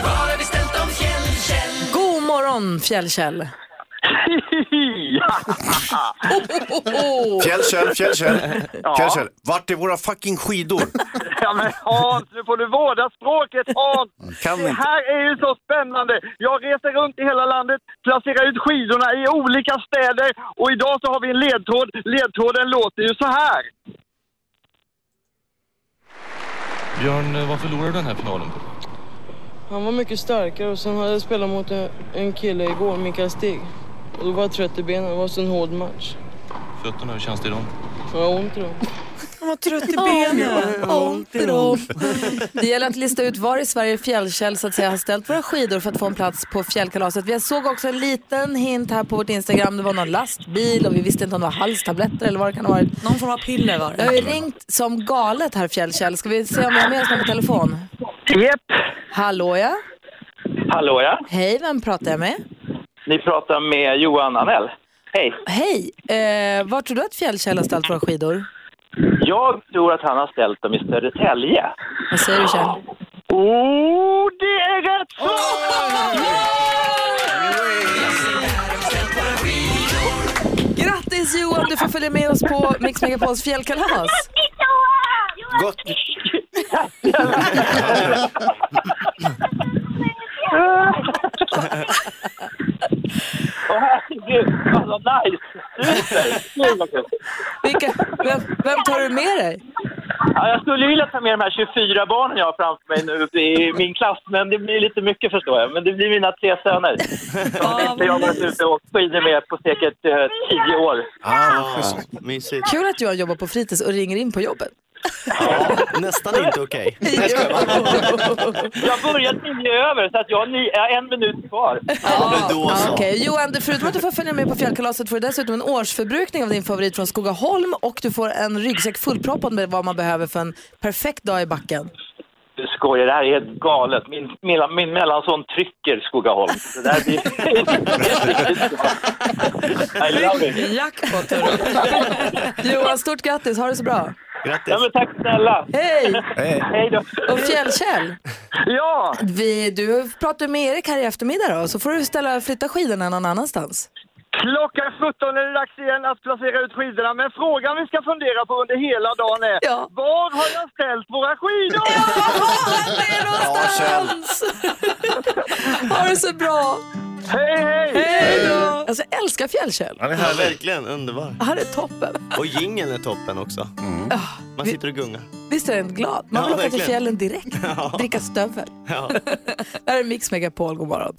[SPEAKER 18] Var har vi ställt dem, Fjäll, Kjell?
[SPEAKER 2] God morgon Fjällkäll! Oh.
[SPEAKER 3] Fjäll, Kjell, Fjäll, Kjell.
[SPEAKER 19] Ja.
[SPEAKER 3] Fjäll, Kjell. Vart är våra fucking skidor?
[SPEAKER 19] Ja, men Hans, nu får du vårda språket Hans!
[SPEAKER 3] Mm, Kan
[SPEAKER 19] det
[SPEAKER 3] inte.
[SPEAKER 19] här är ju så spännande! Jag reser runt i hela landet, placerar ut skidorna i olika städer och idag så har vi en ledtråd. Ledtråden låter ju så här.
[SPEAKER 5] Björn, eh, vad förlorade du den här finalen på?
[SPEAKER 20] Han var mycket starkare och sen hade jag spelat mot en, en kille igår, Mikael Stig. Och då var jag trött i benen. Det var så en hård match.
[SPEAKER 5] Fötterna, hur känns det i dem?
[SPEAKER 20] Jag har ont i dem. Han var trött i
[SPEAKER 2] benen. Ont i dem. Det gäller att lista ut var i Sverige Fjällkäll så att säga, har ställt våra skidor för att få en plats på fjällkalaset. Vi såg också en liten hint här på vårt Instagram. Det var någon lastbil och vi visste inte om det var halstabletter eller vad det kan ha varit.
[SPEAKER 8] Någon form av piller var
[SPEAKER 2] det. har ju ringt som galet här Fjällkäll. Ska vi se om vi har med oss någon på telefon?
[SPEAKER 22] Japp.
[SPEAKER 2] Hallå ja.
[SPEAKER 22] Hallå ja,
[SPEAKER 2] Hej, vem pratar jag med?
[SPEAKER 22] ni pratar med Johan Anell. Hej.
[SPEAKER 2] Hej, eh, var tror du att Fjällkäll har ställt våra skidor?
[SPEAKER 22] Jag tror att han har ställt dem i Södertälje.
[SPEAKER 2] Vad säger du Kjell?
[SPEAKER 22] Oh, det är rätt
[SPEAKER 2] Grattis Johan, du får följa med oss på Mix Megapols fjällkalas.
[SPEAKER 3] Gott.
[SPEAKER 22] Åh herregud, fan vad nice! Super! Kul, vad kul.
[SPEAKER 2] Vilka, vem, vem tar du med dig?
[SPEAKER 22] Ja, jag skulle vilja ta med de här 24 barnen jag har framför mig nu i min klass, men det blir lite mycket förstår jag. Men det blir mina tre söner. Som jag har varit ute och åkt skidor med på säkert eh, 10 år.
[SPEAKER 15] Ah, mysigt.
[SPEAKER 2] Kul att Johan jobbar på fritids och ringer in på jobbet.
[SPEAKER 15] Nästan inte okej.
[SPEAKER 22] Jag började tio över, så att jag har ni- jag har en minut kvar.
[SPEAKER 2] Ah, Okej, Johan, du- förutom att du får följa med på fjällkalaset får du dessutom en årsförbrukning av din favorit från Skogaholm och du får en ryggsäck fullproppad med vad man behöver för en perfekt dag i backen.
[SPEAKER 22] Du skojar, det här är helt galet. Min, min, min mellanson trycker Skogaholm. Det där blir... I love it.
[SPEAKER 2] Jackpot, Johan, stort grattis. Ha det så bra.
[SPEAKER 15] Grattis.
[SPEAKER 22] Ja, men tack snälla.
[SPEAKER 2] Hej!
[SPEAKER 15] Hej.
[SPEAKER 22] Hej då.
[SPEAKER 2] Och Fjällkäll.
[SPEAKER 22] Ja!
[SPEAKER 2] Vi, du pratar med Erik här i eftermiddag då, så får du ställa, flytta skidorna någon annanstans.
[SPEAKER 19] Klockan 17 är det dags igen att placera ut skidorna, men frågan vi ska fundera på under hela dagen är Var har jag ställt våra skidor?
[SPEAKER 3] Ja, Kjell.
[SPEAKER 2] Ha det så bra!
[SPEAKER 19] Hej, hej!
[SPEAKER 2] Hej då! Alltså, jag älskar Fjällkäll.
[SPEAKER 15] Han är härlig. verkligen underbar.
[SPEAKER 2] Han är toppen. Mm. Ah,
[SPEAKER 15] Och jingeln är toppen också. Man sitter och gungar.
[SPEAKER 2] Visst är den glad? Man vill
[SPEAKER 15] Ja,
[SPEAKER 2] åka till
[SPEAKER 15] verkligen.
[SPEAKER 2] fjällen direkt. Dricka stövel.
[SPEAKER 15] Ja.
[SPEAKER 2] Det här är Mix Megapol, god morgon.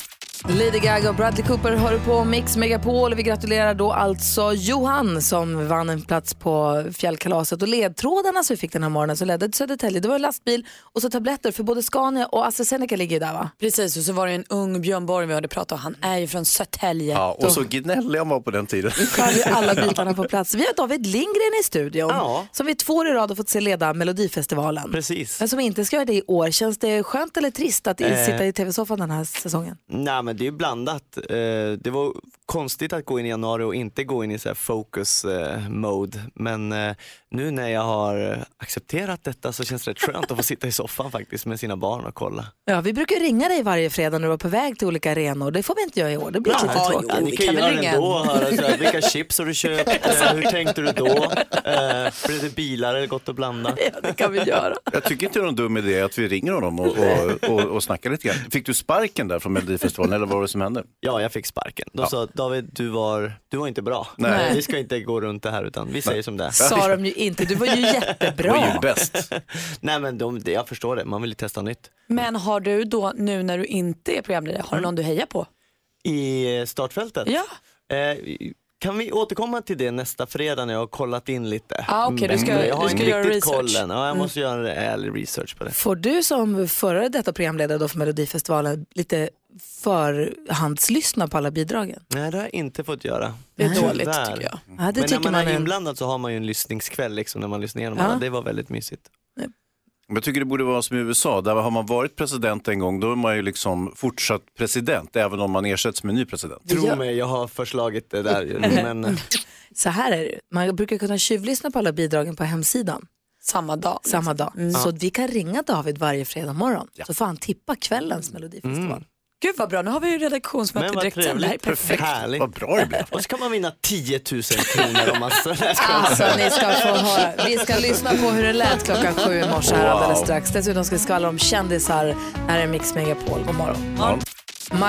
[SPEAKER 2] Lady Gaga och Bradley Cooper hör på Mix Megapol. Vi gratulerar då alltså Johan som vann en plats på fjällkalaset. Och ledtrådarna som vi fick den här morgonen som ledde till Södertälje, det var en lastbil och så tabletter för både Scania och AstraZeneca ligger ju där va?
[SPEAKER 8] Precis, och så var det en ung Björn Borg vi hade pratat om. Han är ju från Södertälje.
[SPEAKER 3] Ja, och så gnällig han var på den tiden.
[SPEAKER 2] har vi alla bitarna på plats. Vi har David Lindgren i studion som vi två år i rad har fått se leda Melodifestivalen.
[SPEAKER 15] Precis.
[SPEAKER 2] Men som inte ska göra det i år. Känns det skönt eller trist att
[SPEAKER 15] Eh.
[SPEAKER 2] sitta i tv-soffan den här säsongen?
[SPEAKER 15] Nej men det är blandat. Eh, Det var konstigt att gå in i januari och inte gå in i så här focus eh, mode. Men eh, nu när jag har accepterat detta så känns det rätt skönt att få sitta i soffan faktiskt med sina barn och kolla.
[SPEAKER 2] Ja, vi brukar ringa dig varje fredag när du är på väg till olika arenor. Det får vi inte göra i år. Det blir
[SPEAKER 15] Ja,
[SPEAKER 2] lite tråkigt.
[SPEAKER 15] ni kan göra det ändå och höra så här, vilka chips har du köpt, Eh, hur tänkte du då, Eh, blev det bilar eller gott och blandat?
[SPEAKER 2] Ja, det kan vi göra.
[SPEAKER 3] Jag tycker inte det är någon dum idé att vi ringer honom och, och, och, och snackar lite grann. Fick du sparken där från Melodifestivalen eller vad var det som hände?
[SPEAKER 15] Ja, jag fick sparken. De
[SPEAKER 3] Ja.
[SPEAKER 15] sa David, du var, du var inte bra.
[SPEAKER 3] Nej.
[SPEAKER 15] Vi ska inte gå runt det här utan vi säger som det är.
[SPEAKER 2] Sa de ju inte. Du var ju jättebra.
[SPEAKER 15] var ju bäst. Nej men de, jag förstår det, man vill ju testa nytt.
[SPEAKER 8] Men har du då, nu när du inte är programledare, har du någon du hejar på?
[SPEAKER 15] I startfältet?
[SPEAKER 8] Ja.
[SPEAKER 15] Eh, kan vi återkomma till det nästa fredag när jag har kollat in lite?
[SPEAKER 8] Ah, okej, du ska-
[SPEAKER 15] Bättre. jag har
[SPEAKER 8] du ska
[SPEAKER 15] inte
[SPEAKER 8] göra
[SPEAKER 15] riktigt
[SPEAKER 8] research.
[SPEAKER 15] kollen. Ja, jag
[SPEAKER 2] Mm.
[SPEAKER 15] måste göra en rejäl research på det.
[SPEAKER 2] Får du som före detta programledare då för Melodifestivalen lite förhandslyssna på alla bidragen?
[SPEAKER 15] Nej, det har jag inte fått göra.
[SPEAKER 2] Det är
[SPEAKER 15] Tyvärr.
[SPEAKER 2] dåligt, tycker jag. Ja, det
[SPEAKER 15] Men
[SPEAKER 2] tycker
[SPEAKER 15] när man,
[SPEAKER 2] man
[SPEAKER 15] är
[SPEAKER 2] är-
[SPEAKER 15] inblandad så har man ju en lyssningskväll liksom, när man lyssnar igenom
[SPEAKER 2] Ja.
[SPEAKER 15] alla. Det var väldigt mysigt.
[SPEAKER 3] Men Jag tycker det borde vara som i USA, där har man varit president en gång, då är man ju liksom fortsatt president, även om man ersätts med en ny president.
[SPEAKER 15] Tro mig, jag har förslagit det där. ju, Men...
[SPEAKER 2] Så här är det. Man brukar kunna tjuvlyssna på alla bidragen på hemsidan.
[SPEAKER 8] Samma dag. liksom. Mm.
[SPEAKER 2] Samma dag. Så
[SPEAKER 8] Ja.
[SPEAKER 2] vi kan ringa David varje fredag morgon. Så får han tippa kvällens Melodifestival.
[SPEAKER 8] Gud vad bra, nu har vi ju redaktionsmöte
[SPEAKER 15] Mm. Men vad
[SPEAKER 8] direkt sen. Det här är
[SPEAKER 15] trevligt,
[SPEAKER 8] perfekt.
[SPEAKER 15] perfekt. Härligt. Vad
[SPEAKER 3] bra det blev.
[SPEAKER 15] Och så kan man vinna 10 000 kronor om man...
[SPEAKER 2] Alltså ni ska få höra. Vi ska lyssna på hur det lät klockan sju i morse här
[SPEAKER 15] Wow.
[SPEAKER 2] alldeles strax. Dessutom ska vi skvallra om kändisar. Här är Mix Megapol. God morgon.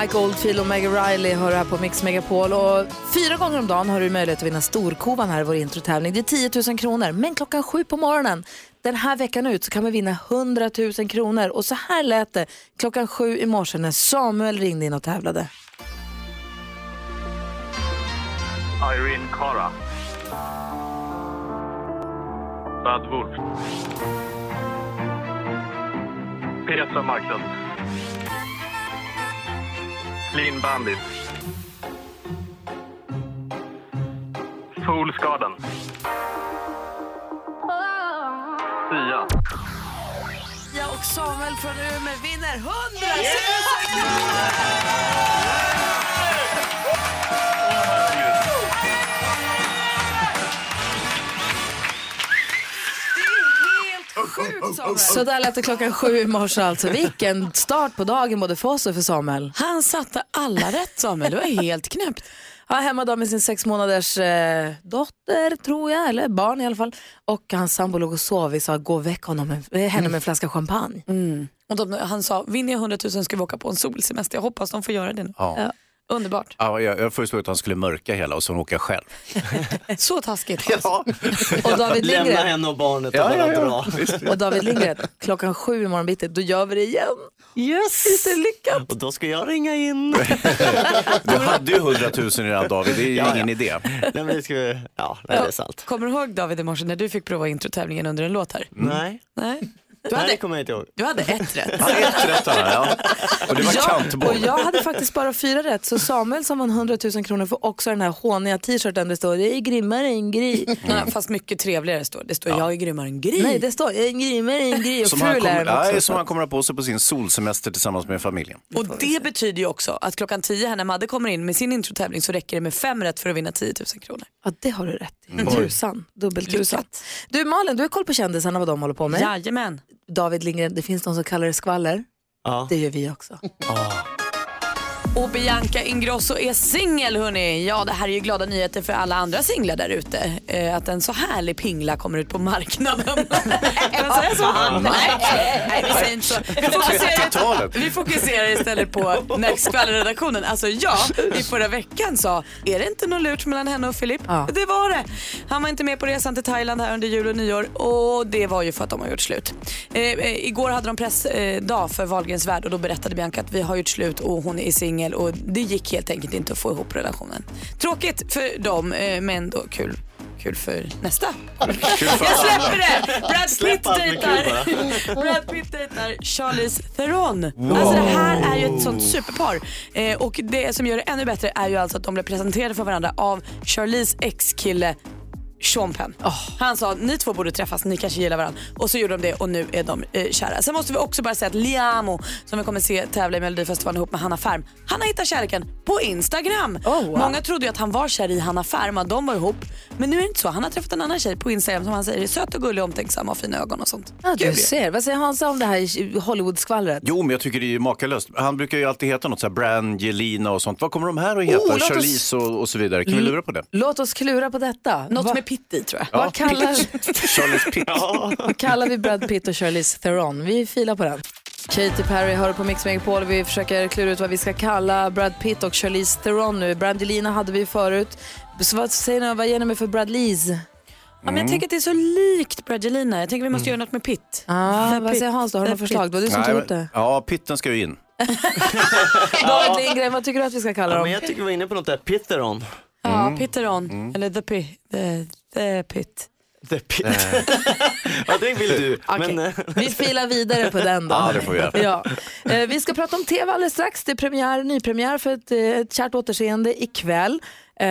[SPEAKER 2] Mike Oldfield och Meg Riley hör här på Mix Megapol. Och fyra gånger om dagen har du möjlighet att vinna storkovan här i vår introtävling. Det är 10 000 kronor, men klockan sju på morgonen den här veckan ut så kan man vinna 100 000 kronor. Och så här lät det klockan sju i morse när Samuel ringde in och tävlade.
[SPEAKER 23] Irene Cara.
[SPEAKER 22] Bad Wolf. Petra Marklund. Clean Bandit. Solskadan. Sia.
[SPEAKER 24] Jag och Samuel från Umeå vinner 100
[SPEAKER 2] Så där lät det klockan sju i morse alltså. Vilken start på dagen både för oss och för Samuel.
[SPEAKER 24] Han satte alla rätt Samuel, det var helt knäppt.
[SPEAKER 2] Ja, hemma då med sin sex månaders eh, dotter, tror jag, eller barn i alla fall. Och hans sambo låg och sov. Vi sa, gå och väck honom med, eh, henne med en flaska champagne.
[SPEAKER 24] Mm.
[SPEAKER 8] Mm. Och de, han sa, vinner jag 100 000 ska vi åka på en solsemester. Jag hoppas de får göra det nu.
[SPEAKER 3] Ja.
[SPEAKER 8] Underbart.
[SPEAKER 3] Ja, jag, jag föreslog att han skulle mörka hela och sen åka själv.
[SPEAKER 8] Så taskigt.
[SPEAKER 15] Ja.
[SPEAKER 2] Och David
[SPEAKER 15] Lämna
[SPEAKER 2] Lindgren.
[SPEAKER 15] henne och barnet och
[SPEAKER 2] Ja,
[SPEAKER 15] bara
[SPEAKER 2] ja, ja.
[SPEAKER 15] dra.
[SPEAKER 2] Och David Lindgren, klockan sju imorgon bitti, då gör vi det igen. Yes! Visst är det lyckat?
[SPEAKER 15] Och då ska jag ringa in.
[SPEAKER 3] Du hade ju 100 000 redan David, det är ju
[SPEAKER 15] Ja, ja.
[SPEAKER 3] ingen idé.
[SPEAKER 15] Nej, men det ska vi... Ja, nej, det är sant.
[SPEAKER 8] Kommer du ihåg David i morse när du fick prova introtävlingen under en låt här?
[SPEAKER 15] Nej.
[SPEAKER 8] Nej.
[SPEAKER 15] Du hade... Nej, det kommer jag inte ihåg.
[SPEAKER 8] Du hade ett rätt.
[SPEAKER 3] Ett rätt har jag, ja. Och det var
[SPEAKER 2] Ja,
[SPEAKER 3] kantboll.
[SPEAKER 2] Och jag hade faktiskt bara fyra rätt, så Samuel som vann 100 000 kronor får också den här håniga t-shirten där det står jag är grimmare än Gry.
[SPEAKER 8] Nej, fast mycket trevligare står det. Det står jag är grymmare än Gry.
[SPEAKER 2] Nej, det står jag är grimmare än Gry och
[SPEAKER 3] Som han,
[SPEAKER 2] ful är
[SPEAKER 3] kommer,
[SPEAKER 2] den också.
[SPEAKER 3] nej, som han kommer att ha på sig på sin solsemester tillsammans med familjen.
[SPEAKER 8] Och det betyder ju också att klockan 10 här när Madde kommer in med sin introtävling så räcker det med fem rätt för att vinna 10 000 kronor.
[SPEAKER 2] Ja, det har du rätt i.
[SPEAKER 8] Mm.
[SPEAKER 2] Tusan, dubbeltusan.
[SPEAKER 8] Lyckat.
[SPEAKER 2] Du Malin, du har koll på kändisarna vad de håller på med.
[SPEAKER 8] Jajamän.
[SPEAKER 2] David Lindgren, det finns de som kallar det skvaller.
[SPEAKER 15] Ja.
[SPEAKER 2] Det gör vi också.
[SPEAKER 8] Och Bianca Ingrosso är singel hörni. Ja, det här är ju glada nyheter för alla andra singlar där ute. Eh, att en så härlig pingla kommer ut på marknaden. Kan man säga så?
[SPEAKER 1] Ja.
[SPEAKER 8] Nej, nej, nej, vi säger inte så. Alltså, Vi fokuserar,
[SPEAKER 1] 30-talet.
[SPEAKER 8] vi fokuserar istället på när skvallerredaktionen, alltså jag, i förra veckan sa, är det inte något lurt mellan henne och Filip?
[SPEAKER 2] Ja.
[SPEAKER 8] Det var det. Han var inte med på resan till Thailand här under jul och nyår och det var ju för att de har gjort slut. Eh, eh, igår hade de pressdag eh, dag för Wahlgrens värld och då berättade Bianca att vi har gjort slut och hon är singel och det gick helt enkelt inte att få ihop relationen. Tråkigt för dem eh, men då kul. Kul för nästa.
[SPEAKER 1] Jag
[SPEAKER 8] Jag släpper det! Brad
[SPEAKER 1] Släpp
[SPEAKER 8] Pitt
[SPEAKER 1] allt med
[SPEAKER 8] dejtar.
[SPEAKER 1] kul bara.
[SPEAKER 8] Brad Pitt dejtar Charlize Theron. Alltså det här är ju ett sånt superpar. Eh, och det som gör det ännu bättre är ju alltså att de blev presenterade för varandra av Charlize ex-kille Sean Penn. Han sa ni två borde träffas, ni kanske gillar varandra. Och så gjorde de det och nu är de eh, kära. Sen måste vi också bara säga att Liamo som vi kommer se tävla i Melodifestivalen ihop med Hanna Färm, han har hittat kärleken på Instagram. Många trodde ju att han var kär i Hanna Färm, att de var ihop. Men nu är det inte så. Han har träffat en annan tjej på Instagram som han säger är söt och gullig, omtänksam och har fina ögon och sånt.
[SPEAKER 2] Ja, du
[SPEAKER 8] Kul ju.
[SPEAKER 2] ser. Vad säger Hansa om det här Hollywood-skvallret?
[SPEAKER 3] Jo, men jag tycker det är ju makalöst. Han brukar ju alltid heta något så här Brangelina och sånt. Vad kommer de här att heta?
[SPEAKER 2] Oh, låt oss- Mm.
[SPEAKER 3] Charlize och, och så vidare. Kan vi lura på det?
[SPEAKER 2] Låt oss klura på detta.
[SPEAKER 8] Något med Pitt i tror
[SPEAKER 3] Ja,
[SPEAKER 2] Vad, kallar,
[SPEAKER 3] Charlize Pitt.
[SPEAKER 2] vad kallar vi Brad Pitt och Charlize Theron? Vi filar på den. Katy Perry hör på Mix Megapol vi försöker klura ut vad vi ska kalla Brad Pitt och Charlize Theron nu. Brangelina hade vi förut. Så vad säger ni, vad ger ni mig för Brad Lees?
[SPEAKER 8] Ja, men jag tänker att det är så likt Brangelina. Jag tänker vi måste göra något med Pitt.
[SPEAKER 2] Ah,
[SPEAKER 8] För
[SPEAKER 2] vad säger
[SPEAKER 8] Pitt.
[SPEAKER 2] Hans då? Har du
[SPEAKER 8] För
[SPEAKER 2] något förslag?
[SPEAKER 8] Pitt.
[SPEAKER 2] Det var du som tog upp
[SPEAKER 3] men-
[SPEAKER 2] det.
[SPEAKER 3] Ja, Pitten ska ju in.
[SPEAKER 2] David Lindgren, vad tycker du att vi ska kalla
[SPEAKER 15] Ja,
[SPEAKER 2] dem?
[SPEAKER 15] men jag tycker vi var inne på något där. Pitteron.
[SPEAKER 8] Ja, Pitteron. Eller The Pit. The, the Pit.
[SPEAKER 15] The pit. ja, det vill du.
[SPEAKER 2] Okej.
[SPEAKER 15] Men, eh,
[SPEAKER 2] Vi filar vidare på den då.
[SPEAKER 15] Ja, det får vi göra.
[SPEAKER 2] Ja. Eh, vi ska prata om tv alldeles strax. Det är premiär, nypremiär för ett, eh, ett kärt återseende ikväll. Eh,